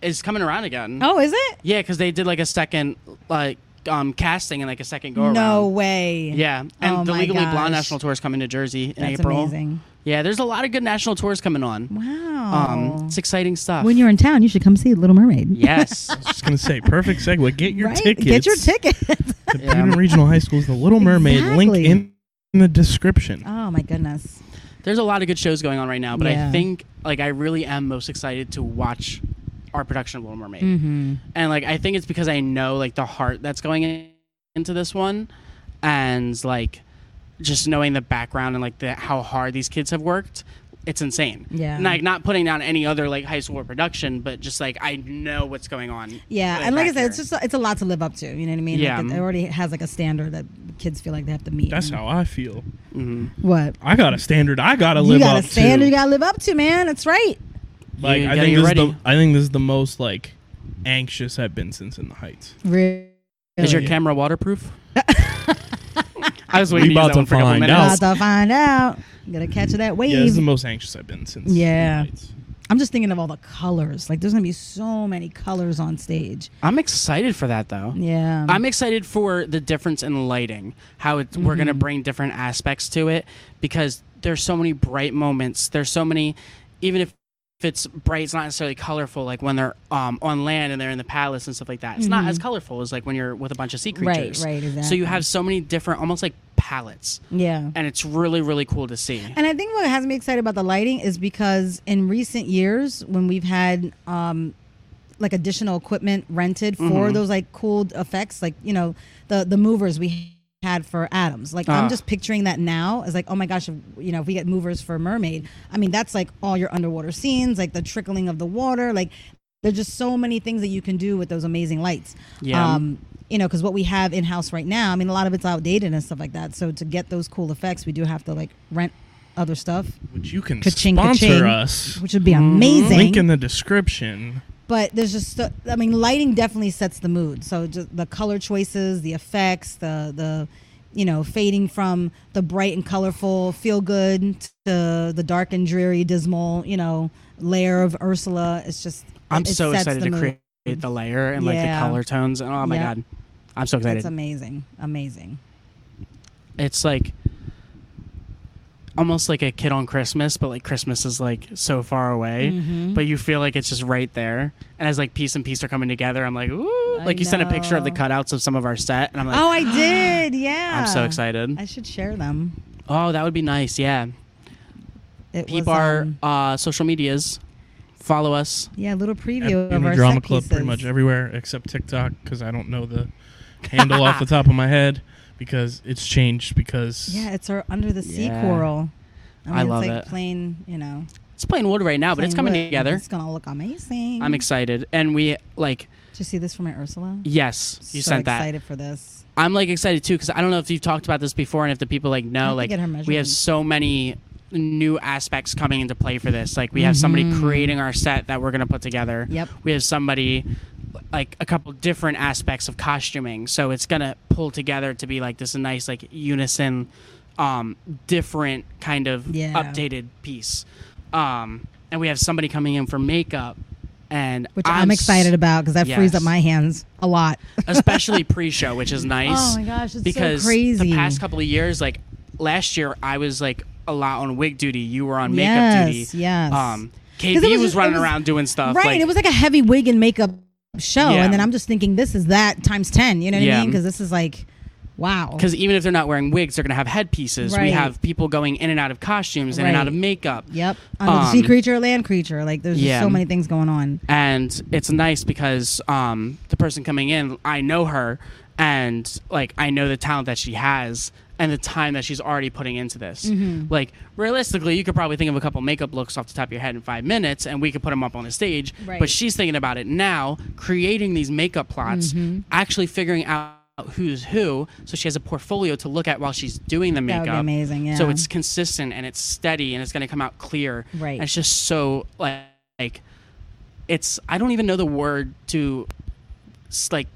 is coming around again.
oh, is it?
Yeah, because they did like a second like um casting and like a second go around.
No way.
Yeah, and
Oh
the
my
Legally
gosh.
Blonde National Tour is coming to Jersey in
That's
April.
amazing.
Yeah, there's a lot of good national tours coming on.
Wow.
Um, it's exciting stuff.
when you're in town, you should come see Little Mermaid.
yes,
just gonna say, perfect segue. Get your
right?
tickets.
Get your tickets.
The
Yeah.
Buda Regional High School is the Little Mermaid.
Exactly.
Link in, in the description.
oh my goodness.
there's a lot of good shows going on right now, but I
Yeah.
think like I really am most excited to watch our production of Little Mermaid,
Mm-hmm.
and like I think it's because I know like the heart that's going in- into this one, and like just knowing the background and like the how hard these kids have worked. It's insane.
Yeah.
Like not putting down any other like high school production, but just like I know what's going on.
Yeah,
like,
and like I
back
said, it's
here.
just it's a lot to live up to. You know what I mean?
Yeah.
Like, it already has like a standard that kids feel like they have to meet.
That's how I feel.
what
I got a standard. I gotta
you
live
got
up
to stand.
to.
You got to live up to, man. That's right.
like
You
I
gotta
think
get
this is
ready.
the I think this is the most like anxious I've been since in the Heights.
Really.
Is your
Yeah.
camera waterproof? I was waiting
We
to use
about
that
to
one for a couple
find
minutes.
out.
About to find out. Gotta catch that wave.
Yeah, this is the most anxious I've been since.
Yeah.
In the Heights.
I'm just thinking of all the colors. Like, there's gonna be so many colors on stage.
I'm excited for that though.
Yeah.
I'm excited for the difference in lighting. How it, we're
Mm-hmm.
gonna bring different aspects to it because there's so many bright moments. There's so many, even if if it's bright, it's not necessarily colorful. Like when they're um, on land and they're in the palace and stuff like that. It's not as colorful as like when you're with a bunch of sea
Mm-hmm. Right,
creatures.
right,
So
exactly.
you have so many different, almost like palettes,
yeah.
and it's really, really cool to see.
And I think what has me excited about the lighting is because in recent years, when we've had um, like additional equipment rented for those like cool effects, like you know the the movers we had for Adams, like
Ah.
I'm just picturing that now as like, oh my gosh, if, you know, if we get movers for Mermaid, I mean that's like all your underwater scenes, like the trickling of the water, like there's just so many things that you can do with those amazing lights.
Yeah.
Um, you know, because what we have in house right now, I mean, a lot of it's outdated and stuff like that. So to get those cool effects, we do have to like rent other stuff,
Which you can
Ka-ching,
sponsor
ka-ching.
us.
which would be
Mm-hmm.
amazing.
Link in the description.
but there's just, so- I mean, lighting definitely sets the mood. So just the color choices, the effects, the the you know fading from the bright and colorful feel good to the dark and dreary dismal you know layer of ursula it's just
I'm
it- it
so
sets
excited
the
to
mood.
create the layer and like the
Yeah.
color tones. And oh my
Yeah.
god, I'm so excited.
it's amazing amazing
it's like almost like a kid on Christmas, but like Christmas is like so
Mm-hmm.
far away, but you feel like it's just right there. And as like piece and piece are coming together, I'm like, ooh, Like you sent a picture of the
know.
cutouts of some of our set, and I'm like,
Oh, I did. Yeah.
I'm so excited.
I should share them.
oh, that would be nice. Yeah.
It
Peep
was,
our
um,
uh, social medias. Follow us.
yeah, little
At
preview of
Buna
our
Drama
set
Club pretty
pieces.
much everywhere except TikTok because I don't know the handle off the top of my head because it's changed because
Yeah, it's our under the sea
Yeah.
coral. I,
I
mean,
love
it's like
it.
plain, you know.
It's plain wood right now, but it's
plain
coming
wood.
together.
It's gonna look amazing.
I'm excited, and we like
Did you see this from my Ursula?
yes, you
so
sent that.
excited for this.
I'm like excited too because I don't know if you've talked about this before and if the people like
have
know
to
like
get her
we have
measurements.
so many new aspects coming into play for this. Like we have somebody creating our set that we're gonna put together.
Mm-hmm. Yep.
We have somebody like a couple different aspects of costuming, so it's gonna pull together to be like this nice like unison, um, different kind of
Yeah.
updated piece. Um, and we have somebody coming in for makeup, and
Which I'm,
s-
excited about because that frees up
Yes. Uh,
my hands a lot.
especially pre-show, which is nice.
Oh my gosh, it's so
because
crazy.
the past couple of years, like last year, I was like a lot on wig duty. You were on makeup
Yes,
duty.
yes.
Um,
'Cause it
KB was,
just- it
running
was-
around doing stuff.
Right.
Like,
it was like a heavy wig and makeup show.
Yeah.
And then I'm just thinking, this is that times 10. You know what I
Yeah.
mean? Because this is like, wow.
because even if they're not wearing wigs, they're gonna have headpieces. We
Right.
have people going in and out of costumes, in and
Right.
out of makeup.
Yep. Under the sea
Um,
creature, land creature. Like, there's
yeah.
just so many things going on.
and it's nice because um, the person coming in, I know her, and like I know the talent that she has and the time that she's already putting into this.
Mm-hmm.
Like realistically, you could probably think of a couple makeup looks off the top of your head in five minutes, and we could put them up on the stage.
Right.
But she's thinking about it now, creating these makeup plots,
Mm-hmm.
actually figuring out. Who's who? So she has a portfolio to look at while she's doing
That
the
would
makeup.
be amazing, yeah.
So it's consistent and it's steady and it's going to come out clear.
Right.
And it's just so like, like it's I don't even know the word to s- like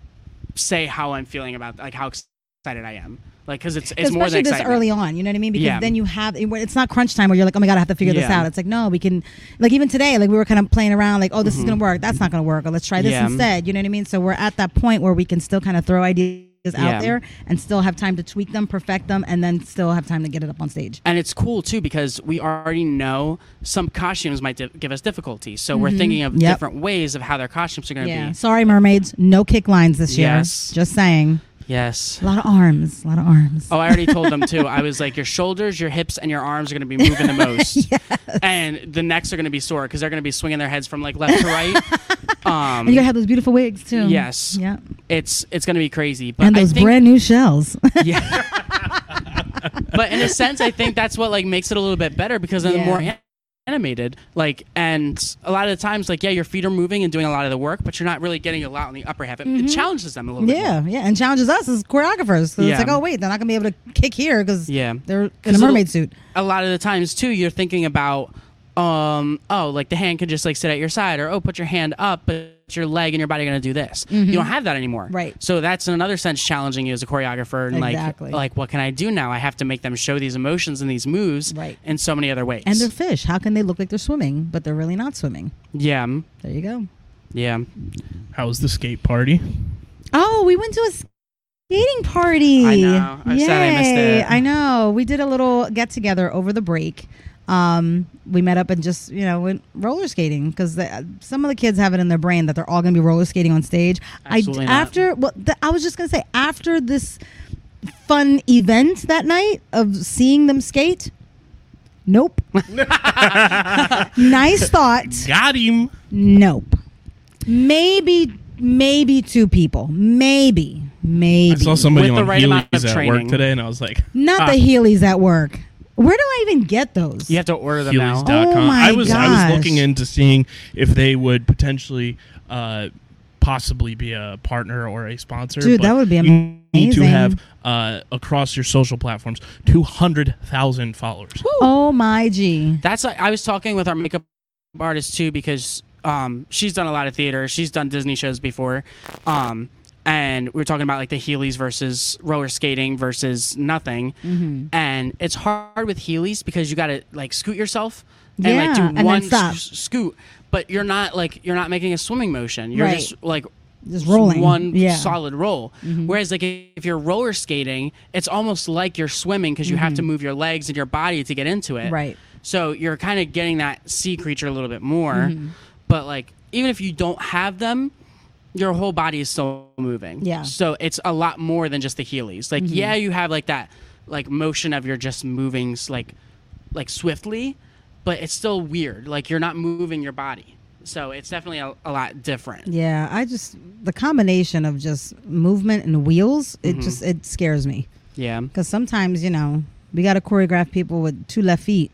say how I'm feeling about like how excited I am. Like because it's it's
Especially
more than
this
excitement.
early on, you know what I mean? Because
Yeah.
then you have it- it's not crunch time where you're like, oh my god, I have to figure this
Yeah.
out. It's like no, we can like even today, like we were kind of playing around, like oh this is gonna work, that's not gonna work, or let's try this
Mm-hmm. Yeah.
instead. You know what I mean? So we're at that point where we can still kind of throw ideas
Yeah.
out there and still have time to tweak them, perfect them, and then still have time to get it up on stage.
And it's cool too because we already know some costumes might di- give us difficulty. So we're thinking of
Mm-hmm. Yep.
different ways of how their costumes are going to
Yeah.
be.
Sorry, mermaids, no kick lines this year.
Yes.
Just saying.
Yes.
A lot of arms. A lot of arms.
Oh, I already told them too. I was like, your shoulders, your hips, and your arms are going to be moving the most, and the necks are going to be sore because they're going to be swinging their heads from like left to right. Um,
And you gotta have those beautiful wigs too.
Yes.
Yeah.
it's it's going to be crazy. But
And
I
those
think,
brand new shells.
Yeah. but in a sense, I think that's what like makes it a little bit better because then
Yeah.
more an- animated, like, and a lot of the times, like, yeah, your feet are moving and doing a lot of the work, but you're not really getting a lot on the upper half. It, it challenges them a little bit. more.
Mm-hmm. Yeah, yeah, and challenges us as choreographers. So
Yeah.
it's like, oh wait, they're not gonna be able to kick here because
Yeah.
they're in a
'Cause
mermaid
it'll-
suit.
A lot of the times too, you're thinking about, um, oh, like the hand could just like sit at your side, or oh, put your hand up, but your leg and your body are gonna do this. You don't have that anymore,
Mm-hmm. Right.
So that's in another sense challenging you as a choreographer, and
Exactly.
like, like what can I do now? I have to make them show these emotions and these moves,
Right.
in so many other ways.
And they're fish. How can they look like they're swimming but they're really not swimming?
yeah, mm,
There you go.
yeah.
how was the skate party?
Oh, we went to a skating party.
I know. I'm sad I missed
Yay.
it.
I know. We did a little get together over the break. Um, we met up and just you know went roller skating because some of the kids have it in their brain that they're all going to be roller skating on stage.
Absolutely
I
not.
after well, th- I was just going to say after this fun event that night of seeing them skate. Nope. nice thought.
Got him.
Nope. Maybe, maybe two people. Maybe, maybe.
I saw somebody
With the
on
right amount
Heelys
of
at work
training.
today, and I was like,
Not
ah,
the Heelys at work. Where do I even get those?
You have to order them now.
Heelys.com.
Oh my
I was I
gosh.
was looking into seeing if they would potentially uh, possibly be a partner or a sponsor.
Dude,
but
that would be
You need to
amazing.
have uh, across your social platforms two hundred thousand followers.
Oh my g.
That's I was talking with our makeup artist too because um, she's done a lot of theater. She's done Disney shows before, um, and we were talking about like the Heelys versus roller skating versus nothing.
Mm-hmm.
And it's hard with Heelys because you got to like scoot yourself and
Yeah,
like do
and then
one
stop.
s- scoot, but you're not like you're not making a swimming motion. You're
Right.
just like
Just rolling.
one
Yeah.
solid roll.
Mm-hmm.
Whereas like if you're roller skating, it's almost like you're swimming because you have to move your legs and your body to get into it.
Mm-hmm. Right.
So you're kind of
Mm-hmm.
getting that sea creature a little bit more. But like even if you don't have them, your whole body is still moving.
Yeah. Mm-hmm.
So it's a lot more than just the heelys. Like yeah, you have like that like motion of you're just moving s- like like swiftly, but it's still weird. Like you're not moving your body. So it's definitely a, a lot different.
Yeah, I just the combination of just movement and wheels, it just it scares me
Yeah.
because sometimes you know we got to choreograph people with two left feet.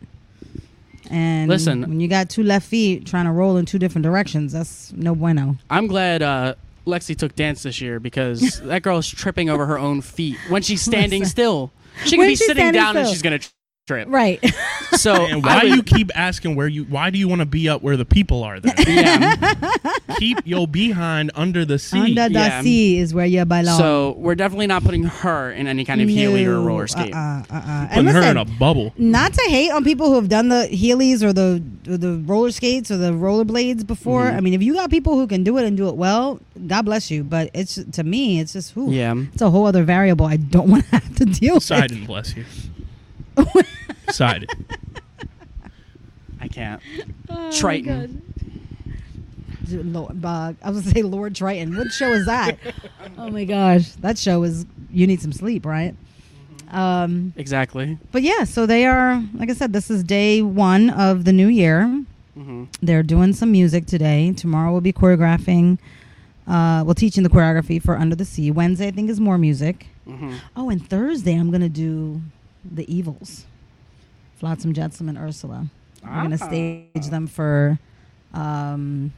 And
Listen.
when you got two left feet trying to roll in two different directions, that's no bueno.
I'm glad uh, Lexi took dance this year because that girl is tripping over her own feet when she's standing still. She could
When
be
she's
sitting
standing
down and
still.
she's gonna tr- trip.
Right.
So
And
I
why do
would-
you keep asking where you? Why do you want to be up where the people are? Then
Yeah.
keep your behind under the seat.
Under
yeah.
the sea is where you belong.
so we're definitely not putting her in any kind of heeley or
No,
roller skate.
Uh-uh, uh-uh. And
Putting her
listen,
in a bubble.
not to hate on people who have done the heelys or the or the roller skates or the roller blades before.
Mm-hmm.
I mean, if you got people who can do it and do it well, God bless you. But it's to me, it's just who.
Yeah.
It's a whole other variable I don't want to have to deal with. Oh
Sidon, bless you. Sidon.
I can't. Triton.
Lord, uh, I was gonna say Lord Triton. What show is that? oh my gosh, that show is. You need some sleep, right? Um,
Exactly.
but yeah, so they are. Like I said, this is day one of the new year.
hmm
they're doing some music today. Tomorrow we'll be choreographing. Uh, well, teaching the choreography for Under the Sea. Wednesday, I think, is more music.
hmm
Oh, and Thursday, I'm gonna do the Evils, Flotsam, Jetsam, and Ursula. We're gonna
Ah.
stage them for um,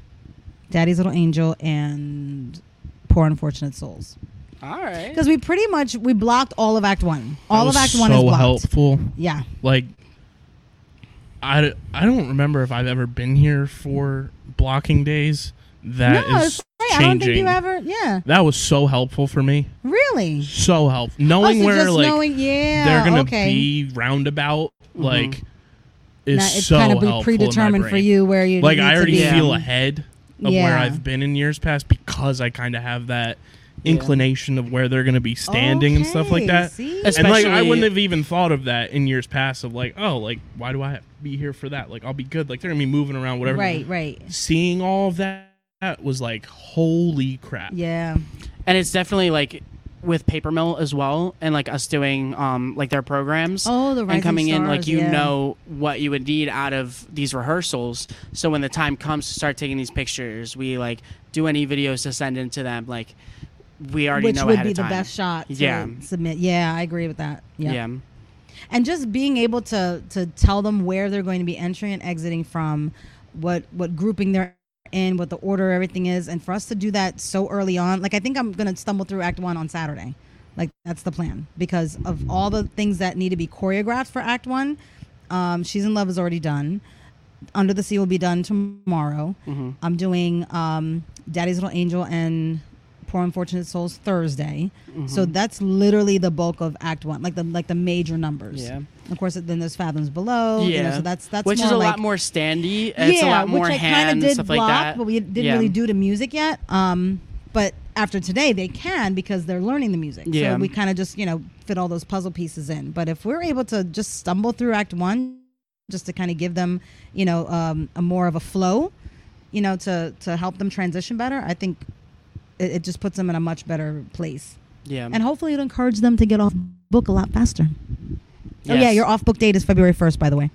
Daddy's Little Angel and Poor Unfortunate Souls.
All right.
Because we pretty much we blocked all of Act One. All of
That was
Act One is
so
blocked.
helpful.
Yeah,
Like, I, I don't remember if I've ever been here for blocking days. That is
no, it's right. I
changing.
don't think you ever. Yeah,
that was so helpful for me.
really.
So helpful. Knowing
Also
where
Oh, just
like
knowing, yeah,
they're gonna
okay. Mm-hmm.
be roundabout, like, is
Now, it's
so
kind of
helpful in my
predetermined for
brain.
you where you
like
need
I
to
already
be.
Yeah.
feel ahead of where
Yeah.
I've been in years past because I kind of have that inclination of where they're going to be standing and stuff like
Okay,
that.
see?
As-
And like I
Especially-
wouldn't have even thought of that in years past of like oh like why do I have to be here for that? Like I'll be good. Like they're going to be moving around whatever.
right, right.
Seeing all of that that was like holy crap.
Yeah.
and it's definitely like with paper mill as well and like us doing um like their programs
Oh, the Rising
and coming in like
Stars,
you
yeah.
know what you would need out of these rehearsals so when the time comes to start taking these pictures we like do any videos to send into them like we already
Which
know
would
ahead
be
of
the
time.
best shot to
Yeah.
submit. Yeah, I agree with that. Yeah.
yeah
And just being able to to tell them where they're going to be entering and exiting from, what what grouping they're in, what the order everything is, and for us to do that so early on. Like I think I'm gonna stumble through Act One on Saturday. Like that's the plan because of all the things that need to be choreographed for Act One. Um, She's in Love is already done. Under the Sea will be done tomorrow.
Mm-hmm.
I'm doing um, Daddy's Little Angel and Poor Unfortunate Souls Thursday.
Mm-hmm.
So that's literally the bulk of Act One, like the like the major numbers.
Yeah.
Of course, then there's Fathoms Below.
yeah
You know, so that's that's
which
more
is a
like,
lot more standy and it's a lot more
which I
hand
kind of did
stuff
block,
like that
but we didn't
Yeah.
really do to music yet. Um, but after today, they can because they're learning the music.
Yeah.
So we kind of just you know fit all those puzzle pieces in. But if we're able to just stumble through Act One, just to kind of give them you know um, a more of a flow, you know, to to help them transition better, I think it, it just puts them in a much better place,
yeah
and hopefully it'll encourage them to get off book a lot faster. Oh yeah,
Yes.
your off book date is February first, by the way.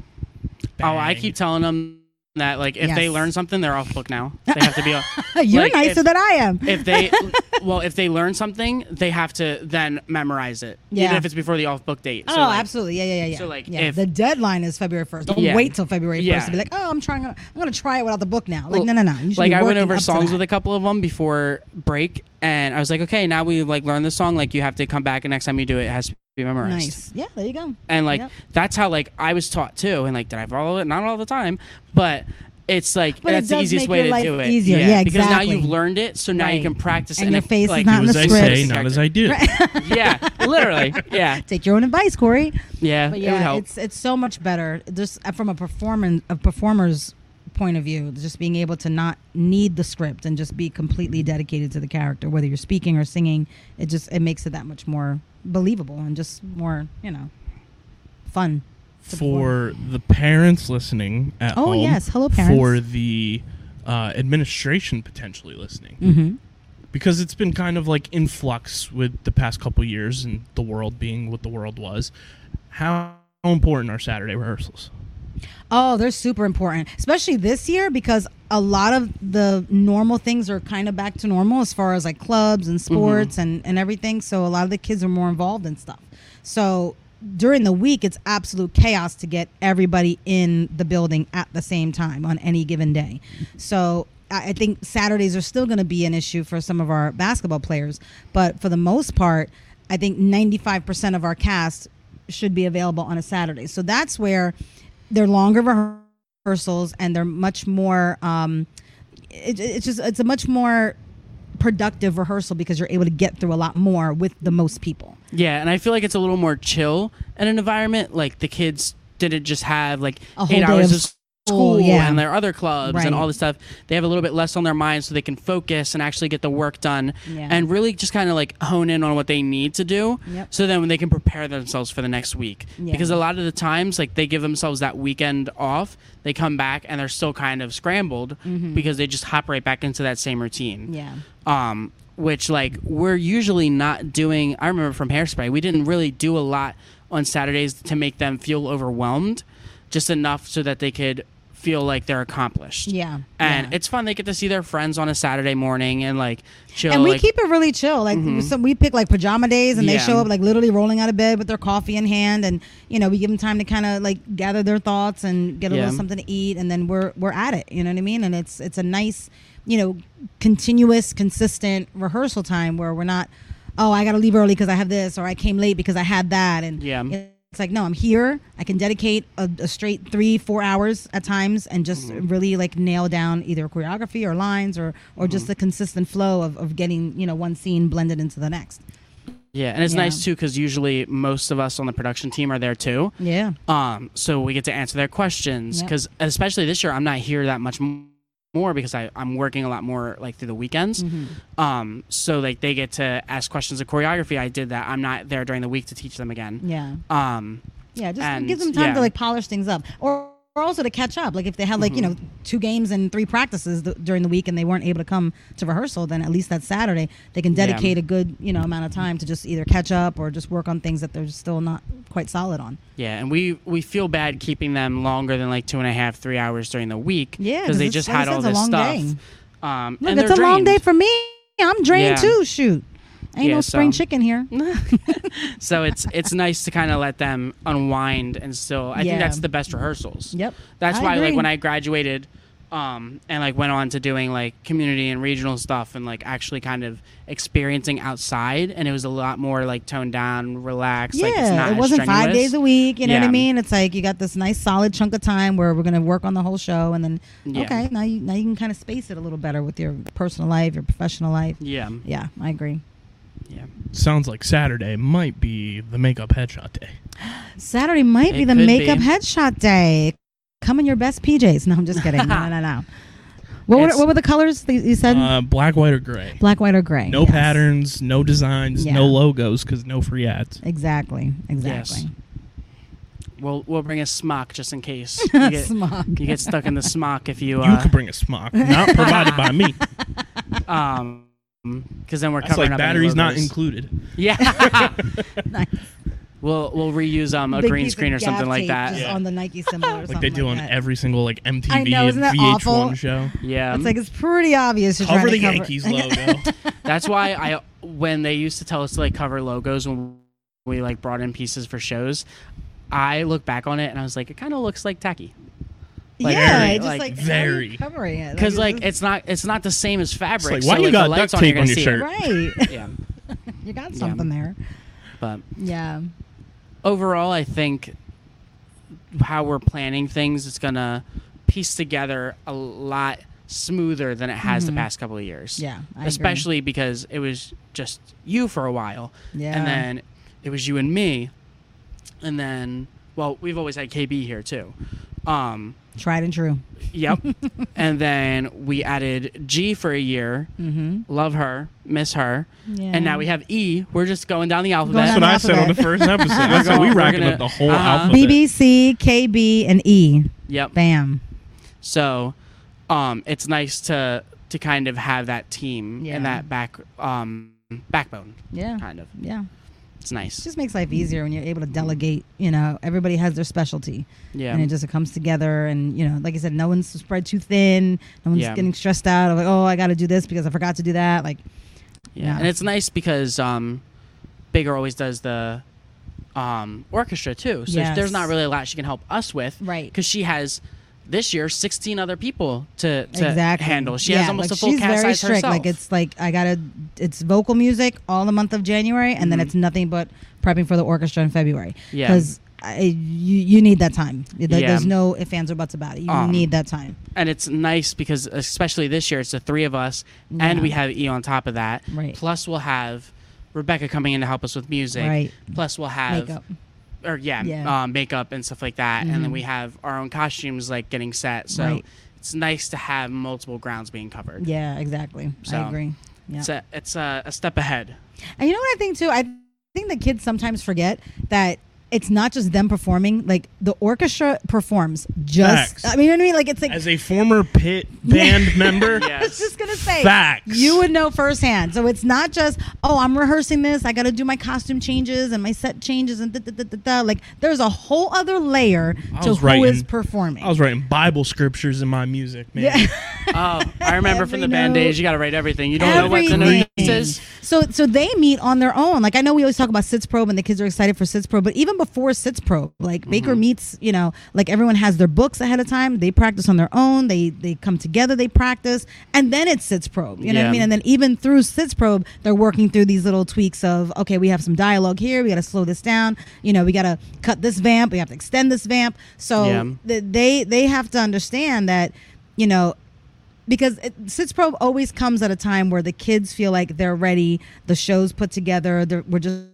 oh i keep telling them that like if they
Yes.
learn something they're off book now they have to be off
You're
Like,
nicer
if-
than I am.
if they well if they learn something they have to then memorize it even
Yeah.
if it's before the off book date
Oh,
So, like,
absolutely. Yeah, yeah, yeah, yeah.
so, like,
yeah.
if-
the deadline is February 1st. Don't
Yeah.
wait till February 1st
Yeah.
to be like, "Oh, I'm trying I'm going to try it without the book now." Like,
Well,
no, no, no. You should
like
be
i went
working
over
up to
songs
that.
with a couple of them before break and i was like okay now we like learn the song like you have to come back and next time you do it, it has to be memorized
Nice. Yeah, there you go.
and like
Yep.
that's how like i was taught too and like did i follow it not all the time but it's like
But it
that's the
does
easiest
make
way
your
to
life
do it
easier. Yeah,
because now
exactly.
you've learned it so now you
Right.
can practice
And
it
your
it,
face is
like,
not
Do
in
as
the
I
script.
say, not as I do.
yeah literally yeah
Take your own advice, Corey.
yeah
But
it would
yeah,
help
it's it's so much better just uh, from a performance a performer's point of view, just being able to not need the script and just be completely dedicated to the character, whether you're speaking or singing. It just it makes it that much more believable and just more, you know, fun. to perform.
for the parents listening at
Oh,
home.
yes. Hello, parents. Mm-hmm.
For the uh, administration potentially listening, because it's been kind of like in flux with the past couple years and the world being what the world was. How important are Saturday rehearsals?
Oh, they're super important, especially this year because a lot of the normal things are kind of back to normal as far as like clubs and sports and, and everything. So a lot of the kids are more involved in stuff. So during the week, it's absolute chaos to get everybody in the building at the same time on any given day. So I I think Saturdays are still going to be an issue for some of our basketball players, but for the most part, I think 95% of our cast should be available on a Saturday. So that's where they're longer rehearsals and they're much more. Um, it, it's just it's a much more productive rehearsal because you're able to get through a lot more with the most people.
Yeah, and I feel like it's a little more chill in an environment. Like the kids didn't just have like
A whole
eight
day
hours
of
of school,
school, yeah.
and their other clubs
Right.
and all this stuff. They have a little bit less on their mind so they can focus and actually get the work done
Yeah.
and really just kind of like hone in on what they need to do.
Yep.
So then when they can prepare themselves for the next week.
Yeah.
Because a lot of the times like they give themselves that weekend off, they come back and they're still kind of scrambled because they just hop right back into that same routine
Mm-hmm. Yeah.
um, which like we're usually not doing. I remember from Hairspray, we didn't really do a lot on Saturdays to make them feel overwhelmed, just enough so that they could feel like they're accomplished.
Yeah,
and
yeah.
it's fun. They get to see their friends on a Saturday morning and like chill.
and we
like, Mm-hmm.
keep it really chill. Like so we pick like pajama days, and they
Yeah.
show up like literally rolling out of bed with their coffee in hand, and you know we give them time to kind of like gather their thoughts and get a
Yeah.
little something to eat, and then we're we're at it. You know what I mean? And it's it's a nice, you know, continuous, consistent rehearsal time where we're not, oh, I got to leave early because I have this, or I came late because I had that, and
Yeah.
It's like no, I'm here. I can dedicate a, a straight three, four hours at times, and just really like nail down either choreography or lines, or or just the consistent flow of, of getting you know one scene blended into the next.
yeah, and it's
Yeah.
nice too because usually most of us on the production team are there too.
Yeah,
um so we get to answer their questions
Yep.
because especially this year i'm not here that much m- more because I, i'm working a lot more like through the weekends
Mm-hmm.
um so like they get to ask questions of choreography i did that i'm not there during the week to teach them again
yeah,
um
yeah. Just
And,
gives them time
yeah.
to like polish things up, or, or also to catch up. Like if they had like you know
Mm-hmm.
two games and three practices th- during the week, and they weren't able to come to rehearsal, then at least that Saturday they can
Yeah.
dedicate a good you know amount of time to just either catch up or just work on things that they're still not quite solid on.
yeah and we we feel bad keeping them longer than like two and a half three hours during the week
Yeah,
because
'cause
they
it's-
just
like I
had
said,
all
it's a
this
long
stuff
day.
um
Look,
and
it's a
they're
long
drained.
day for me. I'm drained
Yeah.
too. Shoot, ain't
Yeah,
no spring
so-
chicken here.
so it's it's nice to kind of let them unwind and still i
Yeah.
think that's the best rehearsals
Yep.
that's
I
why like
agree.
when i graduated um and like went on to doing like community and regional stuff and like actually kind of experiencing outside and it was a lot more like toned down relaxed like it's not
it wasn't five days a week. You know what
Yeah.
I mean? It's like you got this nice solid chunk of time where we're gonna work on the whole show, and then
Yeah.
okay, now you now you can kind of space it a little better with your personal life, your professional life.
yeah
Yeah, I agree.
yeah
Sounds like Saturday might be the makeup headshot day.
Saturday might
It
be the
could
makeup
be.
headshot day. Come in your best PJs. No, I'm just kidding. no, no, no. What were,
It's-
what were the colors that you said?
Uh, black, white, or gray.
Black, white, or gray?
No
Yes.
patterns, no designs,
Yeah.
no logos because no free ads.
Exactly. Exactly.
Yes. we'll we'll bring a smock just in case you get,
Smock.
you get stuck in the smock if you
You
uh
could bring a smock, not provided by me.
um because then we're
That's
covering up
like
any
batteries not
logos.
included.
yeah
Nice.
we'll we'll reuse um a
Big
green
piece of
screen or
gaff
something like
tape
that
just
Yeah.
on the Nike symbol or
Like
something
they do
like
on
that.
every single like MTV
I know,
and
isn't that
VH1
awful?
show.
yeah
It's like it's pretty obvious. You're
Cover
trying
the
to cover
Yankees logo.
That's why I when they used to tell us to like cover logos when we like brought in pieces for shows, I look back on it and I was like, it kind of looks like tacky Like,
yeah,
very,
it just
like,
like,
very.
very covering it
because like
it's
it's not it's not the same as fabric.
like,
so,
why you
like,
got
the lights
duct
on, you're
tape
gonna
on your
see it.
shirt?
right.
Yeah,
you got something there.
but
Yeah,
overall, I think how we're planning things is gonna piece together a lot smoother than it has the past couple of years.
Mm-hmm. Yeah, I agree.
especially because it was just you for a while.
Yeah.
and then it was you and me, and then well, we've always had KB here too. Um,
tried and true.
yep. and then we added G for a year. Mm-hmm. Love her, miss her,
Yeah.
and now we have E. We're just going down the
down
alphabet.
That's what I said on the first episode. I said we
We're
racking
gonna-
up the whole
uh-huh.
alphabet.
BBC, KB, and E.
Yep.
Bam.
So, um, it's nice to to kind of have that team
Yeah.
and that back um, backbone.
Yeah.
Kind of.
Yeah.
It's nice.
It just makes life easier when you're able to delegate. You know, everybody has their specialty.
Yeah.
And it just comes together. And, you know, like I said, no one's spread too thin. No one's
Yeah.
getting stressed out of like, oh, I got to do this because I forgot to do that. Like,
yeah.
yeah.
And it's nice because um, Bigger always does the um, orchestra too. So
Yes.
there's not really a lot she can help us with.
Right.
Because she has this year 16 other people to, to
exactly.
handle. She
Yeah,
has almost
like,
a full
she's
cast
very
size
strict.
herself.
Like, it's like, I got to, it's vocal music all the month of January. And then it's nothing but prepping for the orchestra in February.
Mm-hmm. Yeah.
Because you, you need that time. There-
Yeah.
There's no ifs, ands, or buts about it. You
Um,
need that time.
and it's nice because especially this year it's the three of us and
Yeah.
we have E on top of that.
Right.
Plus we'll have Rebecca coming in to help us with music.
Right.
Plus we'll have
Makeup.
or yeah,
Yeah. Mm-hmm.
Um, makeup and stuff like that. And then we have our own costumes like getting set. So
Right.
it's nice to have multiple grounds being covered.
Yeah, exactly.
So,
I agree. Yeah.
It's a, it's a, a step ahead.
And you know what I think too? I think the kids sometimes forget that it's not just them performing. Like the orchestra performs just.
Facts.
I mean, you know what I mean? Like it's like
As a former pit band member,
Yeah.
I was just gonna say
Facts.
You would know firsthand. So it's not just oh, I'm rehearsing this. I got to do my costume changes and my set changes and da, da, da, da, da. like there's a whole other layer
I
to
was
who
writing-
is performing.
I was writing Bible scriptures in my music, man.
Oh, I remember from
Every
the band
note.
days, you got to write everything. You don't know what
Everything.
the note is.
So so they meet on their own. Like I know we always talk about SITS Probe and the kids are excited for SITS Probe, but even before SITS Probe, like
Mm-hmm.
Baker meets, you know, like everyone has their books ahead of time. They practice on their own. They they come together, they practice, and then it's SITS Probe. You know what I
Yeah.
mean? And then even through SITS Probe, they're working through these little tweaks of okay, we have some dialogue here, we gotta slow this down, you know, we gotta cut this vamp, we have to extend this vamp. So
Yeah.
th- they they have to understand that, you know, because it, sits probe always comes at a time where the kids feel like they're ready the show's put together they're- we're just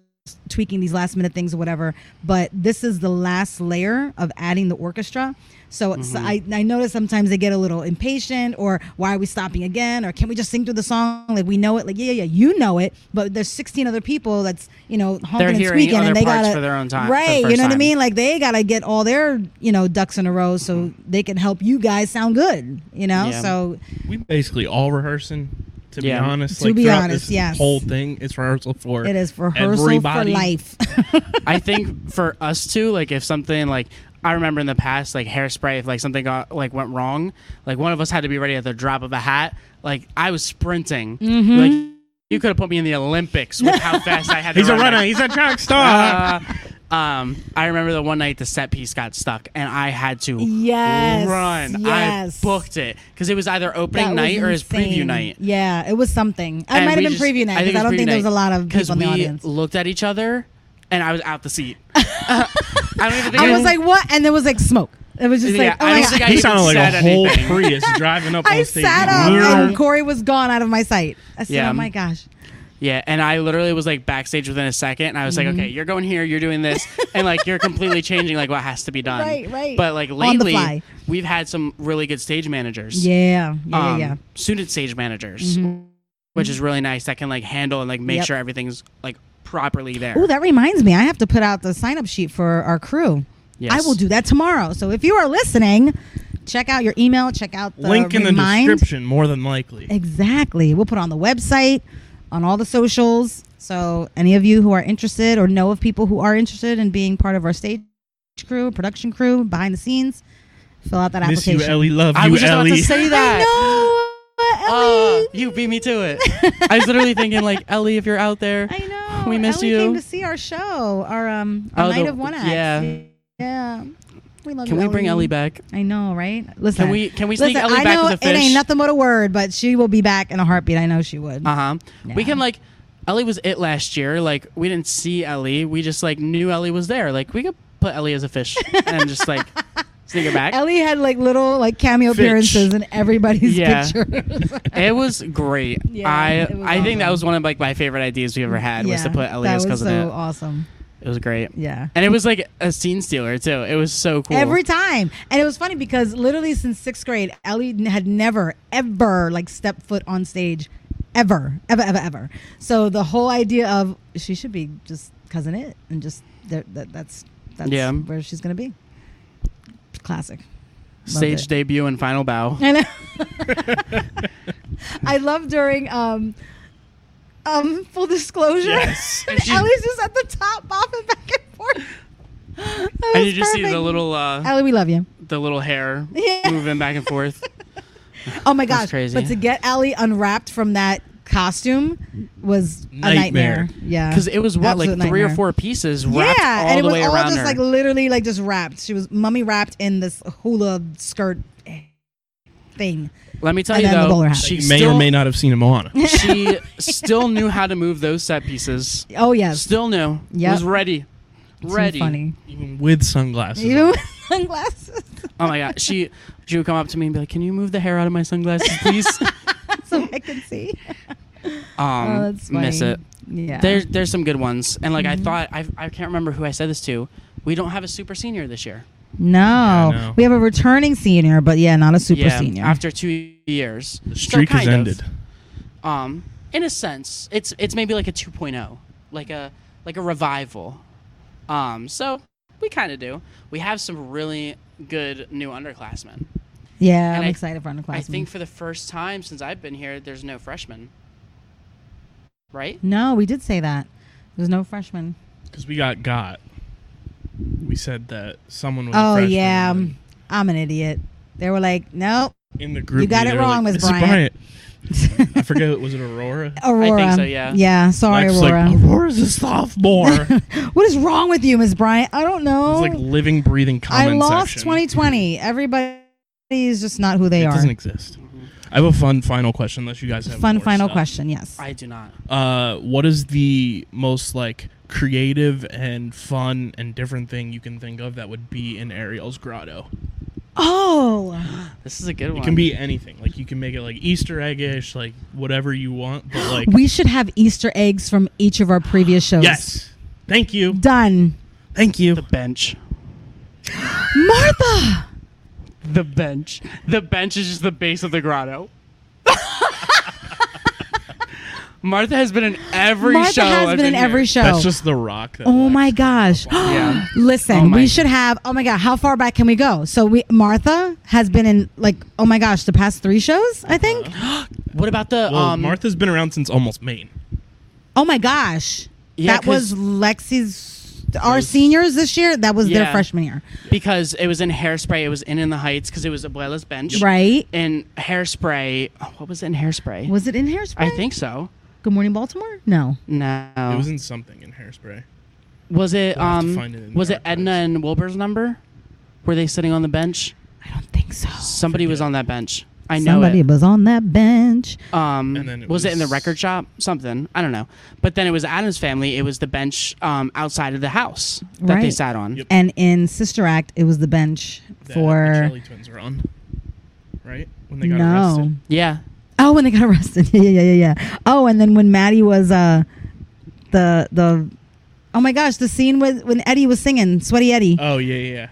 tweaking these last minute things or whatever but this is the last layer of adding the orchestra so it's, I,
Mm-hmm.
I notice sometimes they get a little impatient or why are we stopping again or can we just sing through the song like we know it like yeah yeah, yeah you know it but there's 16 other people that's you know honking and
hearing
squeaking
other
and they
parts
gotta
for their own time- for the
right you
first
know what i
time.
mean like they gotta get all their you know ducks in a row so they can help you guys sound good you know
Mm-hmm. Yeah.
so
we basically all rehearsing. To
Yeah.
be honest,
To
like,
be
throughout
honest,
this
yes.
whole thing it's rehearsal for
It is rehearsal
everybody.
for life.
I think for us too, like if something like I remember in the past, like hairspray, if like something got like went wrong, like one of us had to be ready at the drop of a hat. Like I was sprinting.
Mm-hmm.
Like you could have put me in the Olympics with how fast I had.
He's
to
a
run
runner. He's a track star.
Uh, um, I remember the one night the set piece got stuck and I had to
Yes,
run.
yes.
I booked it because it was either opening
That was
night or his preview
insane.
night.
Yeah, it was something. I
And
might have
we
been
just-
preview night
think
because I,
it
don't
preview
think there was a
night,
lot of
'cause
people in the
we
audience.
looked at each other, and I was out the seat. I don't even think
I was like, what? And there was like smoke. It was just
Yeah,
like, oh
I
my
don't
God.
think I
he
even
sounded like a
said
whole
anything.
Prius driving up
I
on stage.
sat up and Corey was gone out of my sight. I said,
Yeah.
oh my gosh.
yeah, and I literally was like backstage within a second, and I was
Mm-hmm.
like, okay, you're going here, you're doing this, and like you're completely changing like what has to be done.
Right, right.
But like
On the fly.
lately, we've had some really good stage managers.
Yeah, yeah, yeah,
um,
yeah. Mm-hmm.
student stage managers, which is really nice. That can like handle and like make
Yep.
sure everything's like properly there.
Oh, that reminds me. I have to put out the sign up sheet for our crew.
Yes.
I will do that tomorrow. So if you are listening, check out your email, check out the
Link in the
remind.
description, more than likely.
Exactly. We'll put it on the website, on all the socials. So any of you who are interested or know of people who are interested in being part of our stage crew, production crew, behind the scenes, fill out that
Miss you,
application.
Ellie. Love
I
you,
was just
Ellie.
about to say
I
that.
know, Ellie.
Oh, you beat me to it. I was literally thinking, like, Ellie, if you're out there,
I know.
we miss
Ellie
you.
came to see our show, our um, our
Oh,
night
the-
of one act.
yeah.
Yeah. We love
can
you,
we bring Ellie back?
I know, right? Listen,
we- can we sneak
listen,
Ellie
I
back
know
with a
It ain't
fish?
nothing but a word, but she will be back in a heartbeat. I know she would.
Uh huh.
Yeah.
We can like. Ellie was it last year. Like we didn't see Ellie. We just like knew Ellie was there. Like we could put Ellie as a fish and just like sneak her back.
Ellie had like little like cameo
Fitch.
appearances in everybody's
Yeah.
pictures.
It was great.
Yeah,
I
it was
I think that
awesome.
was one of like my favorite ideas we ever had was to put Ellie
that
as
was
cousin.
so
Aunt.
awesome.
It was great.
Yeah.
And it was like a scene stealer too. It was so cool.
Every time, and it was funny because literally since sixth grade, Ellie n- had never ever like stepped foot on stage, ever, ever, ever, ever. So the whole idea of she should be just cousin it and just there, that, that's that's
Yeah.
where she's gonna be. Classic.
stage
it.
debut and final bow.
I know. I love during um um full disclosure.
Yes.
And
And she-
Ellie's just at the top bopping back and forth. That
and
was
you just see the
perfect.
little uh,
Ellie, we love you.
the little hair
Yeah.
moving back and forth.
Oh my gosh.
crazy.
But to get Ellie unwrapped from that costume was a nightmare.
Nightmare.
Yeah.
Because it was what,
Absolute
like three
nightmare.
or four pieces wrapped
Yeah,
all
and it
the
was
way
all
around
just
her.
like literally like just wrapped. She was mummy wrapped in this hula skirt thing.
Let me tell
and
you
then the bowler
though,
hat.
she
you may
still,
or may not have seen him on.
she still knew how to move those set pieces.
Oh yes,
Still knew.
Yep.
Was ready.
Too
Ready.
funny.
Even with sunglasses.
Even
on.
with sunglasses,
Oh my god. She she would come up to me and be like, "Can you move the hair out of my sunglasses, please?"
so I can see.
um,
Oh, that's funny.
miss it.
Yeah. Mm-hmm.
There's there's some good ones, and like I thought, I I can't remember who I said this to. We don't have a super senior this year.
no,
Yeah, I know.
we have a returning senior, but yeah, not a super
yeah,
senior.
after two years,
The streak
so
has
kind
ended.
Of, um, in a sense, it's it's maybe like a 2.0, like a like a revival. Um, so we kind of do. We have some really good new underclassmen.
yeah, I'm
and I-
excited for underclassmen.
I think for the first time since I've been here, there's no freshmen. Right?
no, we did say that. There's no freshmen.
Because we got got. We said that someone was. a
Oh
freshman,
yeah,
and
I'm, I'm an idiot. They were like, no,
In the group,
You got
meeting,
it
they were
wrong,
like,
Miss
"This is
Bryant."
Bryant." I forget. Was it Aurora?
Aurora.
so, yeah.
Yeah, sorry,
Lex's
Aurora.
Like, Aurora's a sophomore. it's
What is wrong with you, Miss Bryant? I don't know.
like living, breathing
I
comment
lost
section.
2020. Everybody is just not who they
It
are.
doesn't exist. I have a fun final question. Unless you guys have
Fun
more
final
stuff.
question. Yes.
I do not.
Uh, what is the most like creative and fun and different thing you can think of that would be in Ariel's grotto?
oh,
This is a good one.
It can be anything. Like you can make it like Easter egg-ish, like whatever you want. But like
we should have Easter eggs from each of our previous shows.
yes, thank you,
Done.
thank you.
the bench.
Martha.
The bench. The bench is just the base of the grotto. Martha has been in every
Martha
show.
has
I've
been, in
here.
every show.
That's just the rock. That
oh my gosh.
likes-
Yeah.
Listen,
Oh my-
we should have. Oh my god, how far back can we go? So we Martha has been in like oh my gosh, the past 3 shows, I think.
What about the
Well,
um?
Martha's been around since almost Maine.
Oh my gosh.
Yeah,
that was
'cause-
Lexi's our seniors this year. That was their
Yeah.
freshman year.
Because it was in Hairspray. It was in in the Heights because it was Abuela's bench.
Right.
In Hairspray, oh, what was it in Hairspray?
Was it in Hairspray?
I think so.
Good Morning Baltimore? No.
No.
It was in something in Hairspray.
Was it
We'll have to
um?
find it in the
was it
archives.
Edna and Wilbur's number? Were they sitting on the bench?
I don't think so.
Somebody was on that bench. I know
Somebody
it.
was on that bench.
Um,
And then it
was, it in the
was-
record shop? Something I don't know. But then it was Adam's family. It was the bench um, outside of the house that they
Right.
sat on.
Yep.
And in Sister Act, it was the bench
That the
for
Shelley twins were on, right? When they got
no.
arrested.
Yeah,
Oh, when they got arrested. yeah, yeah, yeah, yeah. Oh, and then when Maddie was uh, the the, oh my gosh, the scene with when Eddie was singing "Sweaty Eddie,"
Uh,
Oh yeah, yeah, yeah.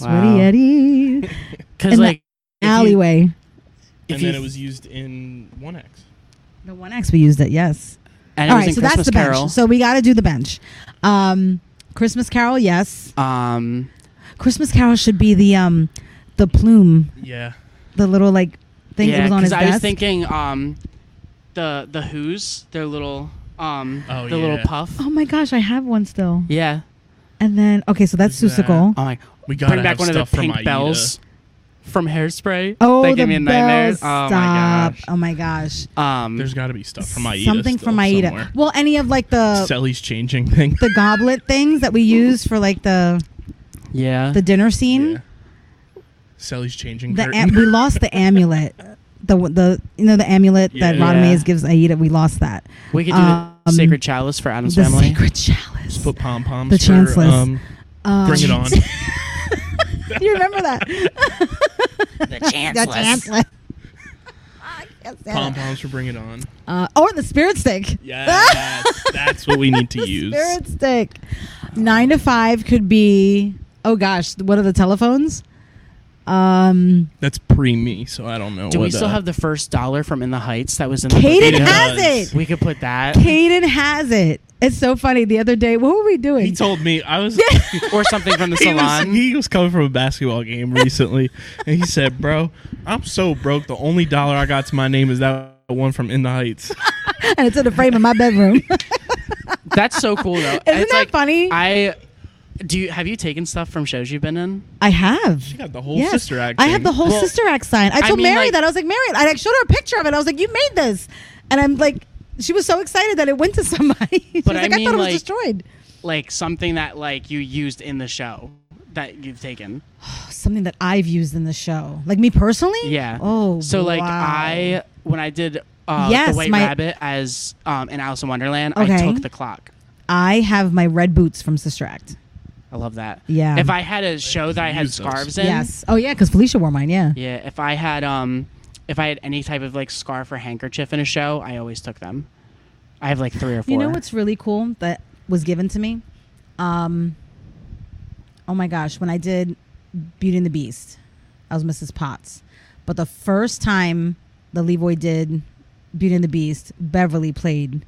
Wow.
"Sweaty Eddie,"
because
In the
like if you-
alleyway.
if
and
you-
then it was used in One X.
The one X we used it. Yes.
and it
All
was
right,
in
so
Christmas
that's the
Carol.
bench. So we got to do the bench. Um, Christmas Carol, yes.
um,
Christmas Carol should be the um, the plume,
Yeah.
the little like thing that
yeah,
was on
because
his
I
desk.
was thinking um, the the Who's their little um,
Oh,
the little
yeah.
puff.
oh my gosh, I have one still.
Yeah.
And then okay, so that's
Who's that?
Susicle.
Oh my.
We gotta
Bring back
have
one of the
stuff from
pink
Aida.
bells from Hairspray.
Oh,
they
the
give me a
bells.
nightmare.
Stop.
Oh my gosh.
Oh my gosh.
Um,
There's got to be stuff from Aida.
Mm-hmm. Something
still
from Aida.
somewhere.
Well, any of like the
Sally's changing thing.
the goblet things that we use for like the
yeah.
the dinner scene.
Yeah. Sally's changing
The
curtain.
am- we lost the amulet. The the you know the amulet that
Yeah.
Ron
Yeah.
Mays gives Aida. We lost that.
we could do the
um,
sacred chalice for Adam's
the
family.
sacred chalice.
Put pom poms.
The
for,
chanceless.
um,
Um,
Bring it on.
you remember that?
the
That chancellor.
Pom poms for bring it on.
Uh, or the spirit stick.
Yes, that's what we need to use.
Spirit stick. Nine to five could be. Oh gosh, what are the telephones? Um,
That's pre me, so I don't know.
Do we
what,
still
uh,
have the first dollar from In the Heights that was in
Kaden
the
has
does.
it.
We could put that
Kaden has it. It's so funny. The other day, what were we doing?
He told me I was.
or something from the
He was,
salon.
he was coming from a basketball game recently, and he said, "Bro, I'm so broke. The only dollar I got to my name is that one from In the Heights."
and it's in the frame of my bedroom.
That's so cool though. Isn't
that funny?
I do. You, have you taken stuff from shows you've been in?
I have.
She got the whole
Yes.
sister act.
I have the whole
Well,
sister act sign. I
I
told
mean,
Mary
like-
that I was like, Mary, I like, showed her a picture of it. I was like, you made this, and I'm like, she was so excited that it went to somebody. she
But
was
I
like,
mean,
I thought it was
like-
destroyed.
Like something that like you used in the show that you've taken.
Oh, Something that I've used in the show, like me personally.
Yeah.
Oh.
So like
wow.
I when I did uh,
Yes,
the White
my-
Rabbit as um, in Alice in Wonderland, I
Okay.
took the clock.
I have my red boots from Sister Act.
I love that.
Yeah.
If I had a show that I had
use those.
scarves in.
Yes. Oh yeah, because Felicia wore mine. Yeah.
Yeah. If I had um, if I had any type of like scarf or handkerchief in a show, I always took them. I have like three or four.
You know what's really cool that was given to me? Um, oh my gosh, when I did Beauty and the Beast, I was Mrs. Potts. But the first time the Levoy did Beauty and the Beast, Beverly played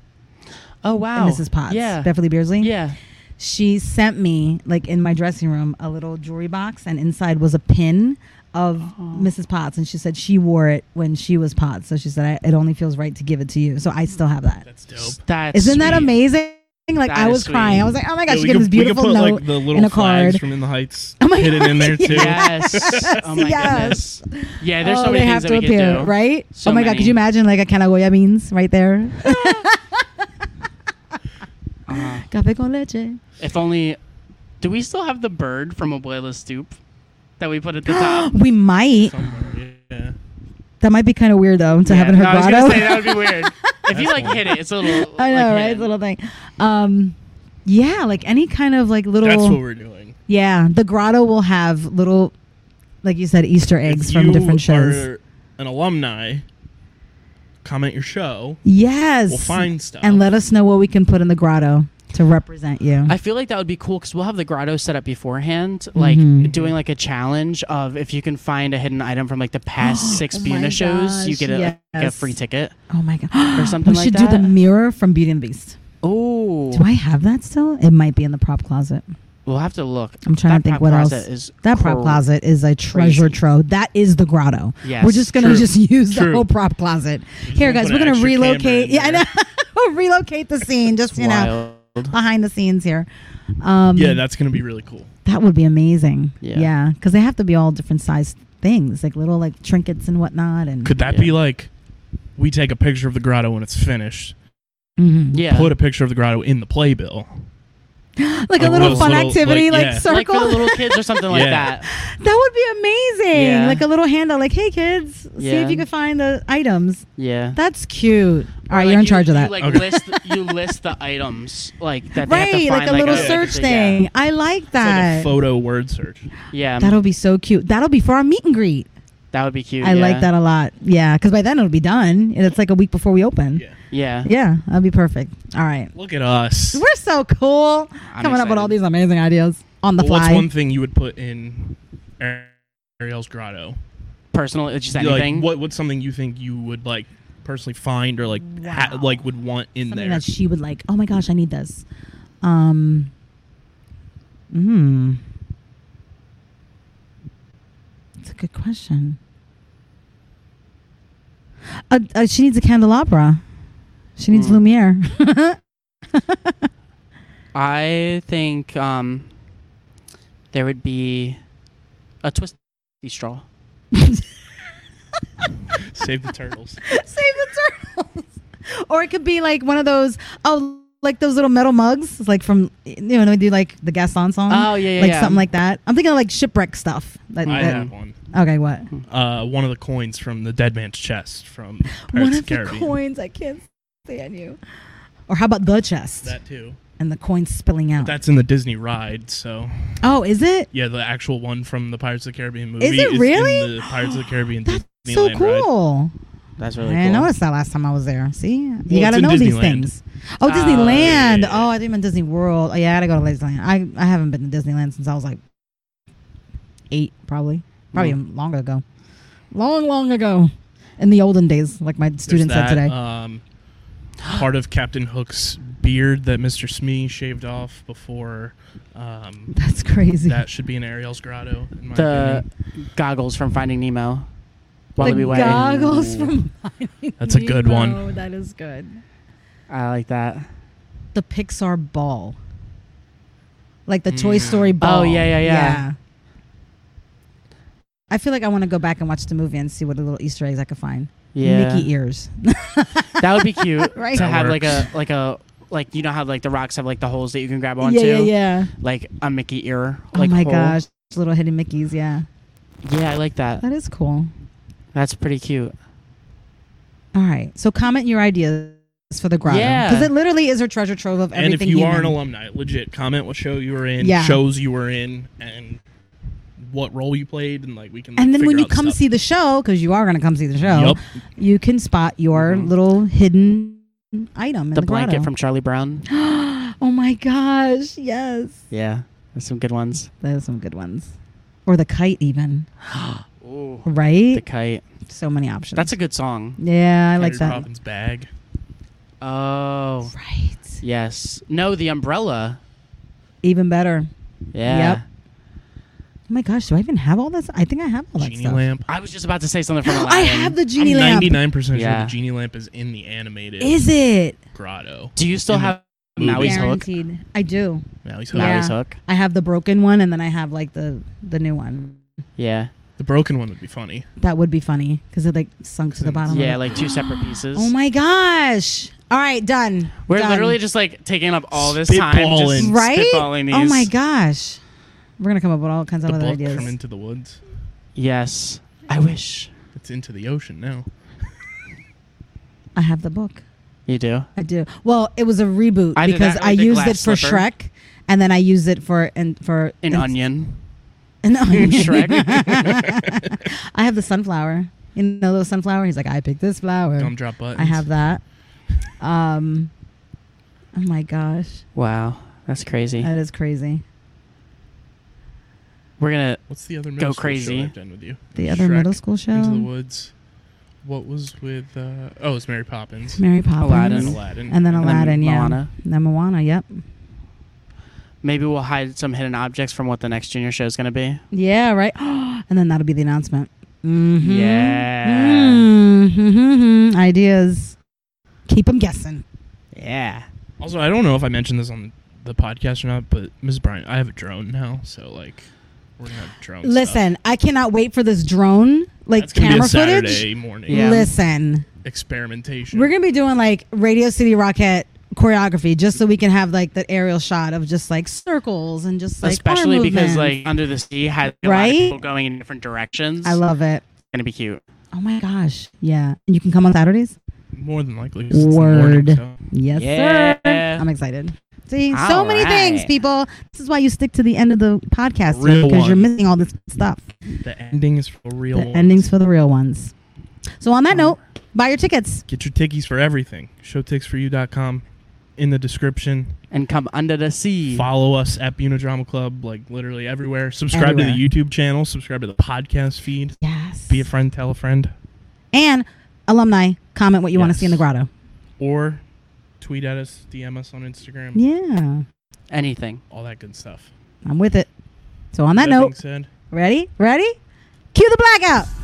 Oh wow.
Mrs. Potts.
Yeah.
Beverly Beersley.
Yeah.
She sent me, like in my dressing room, a little jewelry box, and inside was a pin of Mrs. Potts. And she said she wore it when she was Potts. So she said, I, it only feels right to give it to you. So I still have that.
That's dope.
That's
Isn't that
sweet.
amazing? Like
That
I
is
was crying.
sweet.
I was like, oh my gosh,
Yeah,
she gave this
could- we could
beautiful
put,
note
like, the little
in a
flags
card.
from In the Heights
Oh my
hidden
God,
in there too.
Yes. oh my
Yes.
goodness. Yeah, there's
oh,
so many
they
things
have
that
to
we
appear,
could do.
right?
So
oh my god,
many. Uh-huh.
could you imagine like a can of goya beans right there?
Uh,
Café con leche.
if only. Do we still have the bird from Abuela's stoop that we put at the top?
we might.
Somewhere, yeah.
That might be kind of weird though to have in her
Yeah, no, I was
grotto.
gonna say that would be weird. if you
That's
like
cool.
hit it, it's a little.
I know,
like,
right?
hidden.
Little thing. Um, yeah, like any kind of like little.
That's what we're doing.
yeah, the grotto will have little, like you said, Easter eggs
If
from
you
different shows.
Are an alumni. Comment your show.
Yes,
We'll find stuff.
and let us know what we can put in the grotto to represent you.
I feel like that would be cool because we'll have the grotto set up beforehand, like
Mhm.
doing like a challenge of if you can find a hidden item from like the past six
Oh my
Buna shows, you
gosh,
get a, like, a
yes.
free ticket.
Oh my god!
Or something
we
like
should do
that.
the mirror from Beauty and the Beast.
Oh,
Do I have that still? It might be in the prop closet.
we'll have to look.
I'm trying to
That
think
prop
what
closet
else.
Is
That prop
crazy.
closet is a treasure
Crazy.
trove. That is the grotto.
Yes,
we're just gonna
true.
just use the
True.
whole prop closet.
just
Here,
gonna
guys,
put
we're
an
gonna
extra camera
relocate.
in
Yeah, I know.
there.
we'll relocate the scene. Just you know,
Wild.
behind the scenes here. Um,
Yeah, that's gonna be really cool.
that would be amazing.
Yeah.
Yeah, because they have to be all different sized things, like little like trinkets and whatnot. And
Could that
Yeah.
be like we take a picture of the grotto when it's finished,
Mhm.
Yeah.
put a picture of the grotto in the playbill.
like a
Like
little
those
fun
little,
activity,
like,
like,
yeah.
circle.
Like for the little kids or something like
Yeah.
that.
That would be amazing.
Yeah.
Like a little handout, like, hey kids, see
Yeah.
if you can find the items.
Yeah.
That's cute. All right,
Or, like,
you're in
you-
charge of that.
You like
Okay.
list you list the items like that they have to
right,
find
like a little
a-
search
yeah.
thing. I like
It's like
that.
a photo word search.
Yeah,
That'll be so cute. That'll be for our meet and greet.
that would be cute.
I
yeah.
like that a lot. Yeah, because by then it'll be done, and it's like a week before we open.
Yeah.
Yeah.
Yeah, that'll be perfect. All right,
Look at us.
we're so cool.
I'm
Coming up with
excited.
all these amazing ideas on the
Well, what's
fly.
one thing you would put in Ar- Ariel's grotto?
personal. It's just
You, like,
anything.
what what's something you think you would like personally find or like ha-
Wow.
like would want in
Something
there?
that she would like. Oh my gosh, I need this. Um. Hmm. It's a good question. Uh, uh, she needs a candelabra. She needs
Hmm.
Lumiere.
I think um, there would be a twisty straw.
Save the turtles.
Save the turtles. Or it could be like one of those. Oh, like those little metal mugs, like from you know they do like the Gaston song.
Oh, yeah, yeah,
Um, like
yeah.
something like that. I'm thinking of like shipwreck stuff. Like
I
that-
have one.
Okay, what?
Uh, one of the coins from the dead man's chest from Pirates
one
of
of
the Caribbean.
the coins. I can't stand you. Or how about the chest
That too.
and the coins spilling out?
That's in the Disney ride. So
oh, is it?
yeah, the actual one from the Pirates of the Caribbean movie.
Is it
in
really?
the Pirates of the Caribbean.
That's so
Disneyland ride.
cool.
That's
I didn't notice that last time I was there. See, you
it's
gotta
in
know these
Disneyland. Ah,
things. Oh,
Oh,
Disneyland.
yeah.
Oh, I think I'm in Disney World. Oh, yeah, I gotta go to Disneyland. I I haven't been to Disneyland since I was like eight, probably. probably
Mm.
Mm-hmm.
long ago, long long ago, in the olden days, like my student said
There's that,
today.
Um, part of Captain Hook's beard that Mr. Smee shaved off before. Um,
That's crazy.
that should be in Ariel's grotto. In my
the
opinion.
goggles from Finding Nemo. Wallaby
the
Way.
goggles from Finding
That's a good one.
Nemo. That is good.
I like that.
The Pixar ball, like the Toy Story ball.
Oh, yeah, yeah, yeah.
I feel like I want to go back and watch the movie and see what little Easter eggs I could find.
Yeah,
Mickey ears.
that would be cute
Right.
to
That
have
works.
like a like a like you know how like the rocks have like the holes that you can grab
yeah,
onto,
yeah, yeah.
like a Mickey ear.
Oh
Like
my
hole.
gosh, little hidden Mickeys. Yeah,
Yeah, I like that.
that is cool.
That's pretty cute.
All right, so comment your ideas for the grotto
Yeah.
because it literally is her treasure trove of everything.
And if you are an
human.
alumni, legit comment what show you were in,
Yeah.
shows you were in, and what role you played, and like we can. Like,
and then when
figure
you
out
come
stuff.
see the show, because you are going to come see the show,
Yup.
you can spot your little hidden item in the,
Mm-hmm. the blanket
grotto.
from Charlie Brown.
oh my gosh! Yes,
Yeah, there's some good ones.
those are some good ones. Or the kite, even
Ooh, the
right?
kite.
so many options.
That's a good song.
yeah, I like
Mary
that.
Poppins bag.
Oh,
Right,
yes. No, the umbrella.
even better.
Yeah.
Yep. Oh my gosh, do I even have all this? I think I have all that
Genie
stuff.
lamp.
I was just about to say something from Aladdin.
I have the genie
I'm
lamp.
99% sure
Yeah.
the genie lamp is in the animated
Is it
grotto.
Do you still
in the
have
movie.
Maui's hook?
Mm-hmm. guaranteed? I do.
Now he's hooked.
Yeah.
Maui's hook.
I have the broken one, and then I have like the the new one.
Yeah.
The broken one would be funny.
That would be funny because it like sunk to the bottom.
Yeah,
Of
like two separate pieces.
it. Oh my gosh! All right, done.
We're
Done.
literally just like taking up all this time just
Spitballing.
right.
spitballing these.
Oh my gosh! We're gonna come up with all kinds of
The
other
book
ideas.
from Into the Woods.
Yes. I wish
It's into the ocean now.
I have the book.
you do.
I do. Well, it was a reboot
Either
because
that or
I
the
used it
glass
for
slipper.
Shrek, and then I used it for and for
An
and-
onion.
an onion.
Shrek.
I have the sunflower. You know, little sunflower. He's like, I picked this flower.
Gumdrop buttons.
I have that. Um, oh my gosh,
wow. That's crazy.
that is crazy.
We're gonna
What's the other middle
Go
school
crazy.
show I've done with you?
The other
Shrek,
middle school show,
Into the Woods. What was with? Uh, oh, it's Mary Poppins.
Mary Poppins,
Aladdin.
And Aladdin.
and then
And then
Aladdin, yeah,
Moana.
And then Moana, yep,
maybe we'll hide some hidden objects from what the next junior show is gonna be.
yeah, right. and then that'll be the announcement. Mm-hmm.
Yeah.
Mm-hmm. Ideas. Keep them guessing.
Yeah.
Also, I don't know if I mentioned this on the podcast or not, but Ms. Bryant, I have a drone now, so like we're gonna have drone. stuff.
Listen, I cannot wait for this drone like
That's gonna
camera
be a Saturday
footage.
morning
Yeah.
Listen,
experimentation.
we're gonna be doing like Radio City Rockette choreography just so we can have like the aerial shot of just like circles and just like arm
Especially because
movements.
like Under the Sea had a lot
Right?
of people going in different directions.
I love it.
it's gonna be cute.
Oh my gosh, yeah, and you can come on Saturdays.
more than likely. 'cause it's the morning,
Word.
so.
Yes,
Yeah.
sir. Um, I'm excited. See, so
All
many things,
right.
people. This is why you stick to the end of the podcast
Real
because you're
one.
missing all this stuff.
The ending is for real.
the
ones.
endings for the real ones. So on that note, buy your tickets.
Get your tickies for everything. Showticksforyou.com in the description.
And come under the sea.
Follow us at Unidrama Club, like literally everywhere. Subscribe
Everywhere.
to the YouTube channel. Subscribe to the podcast feed.
Yes.
Be a friend, tell a friend,
and alumni, comment what you want to
Yes.
see in the grotto.
or tweet at us, DM us on Instagram,
Yeah,
Anything.
all that good stuff.
I'm with it. So on that
That being
note,
said,
ready? Ready? Cue the blackout.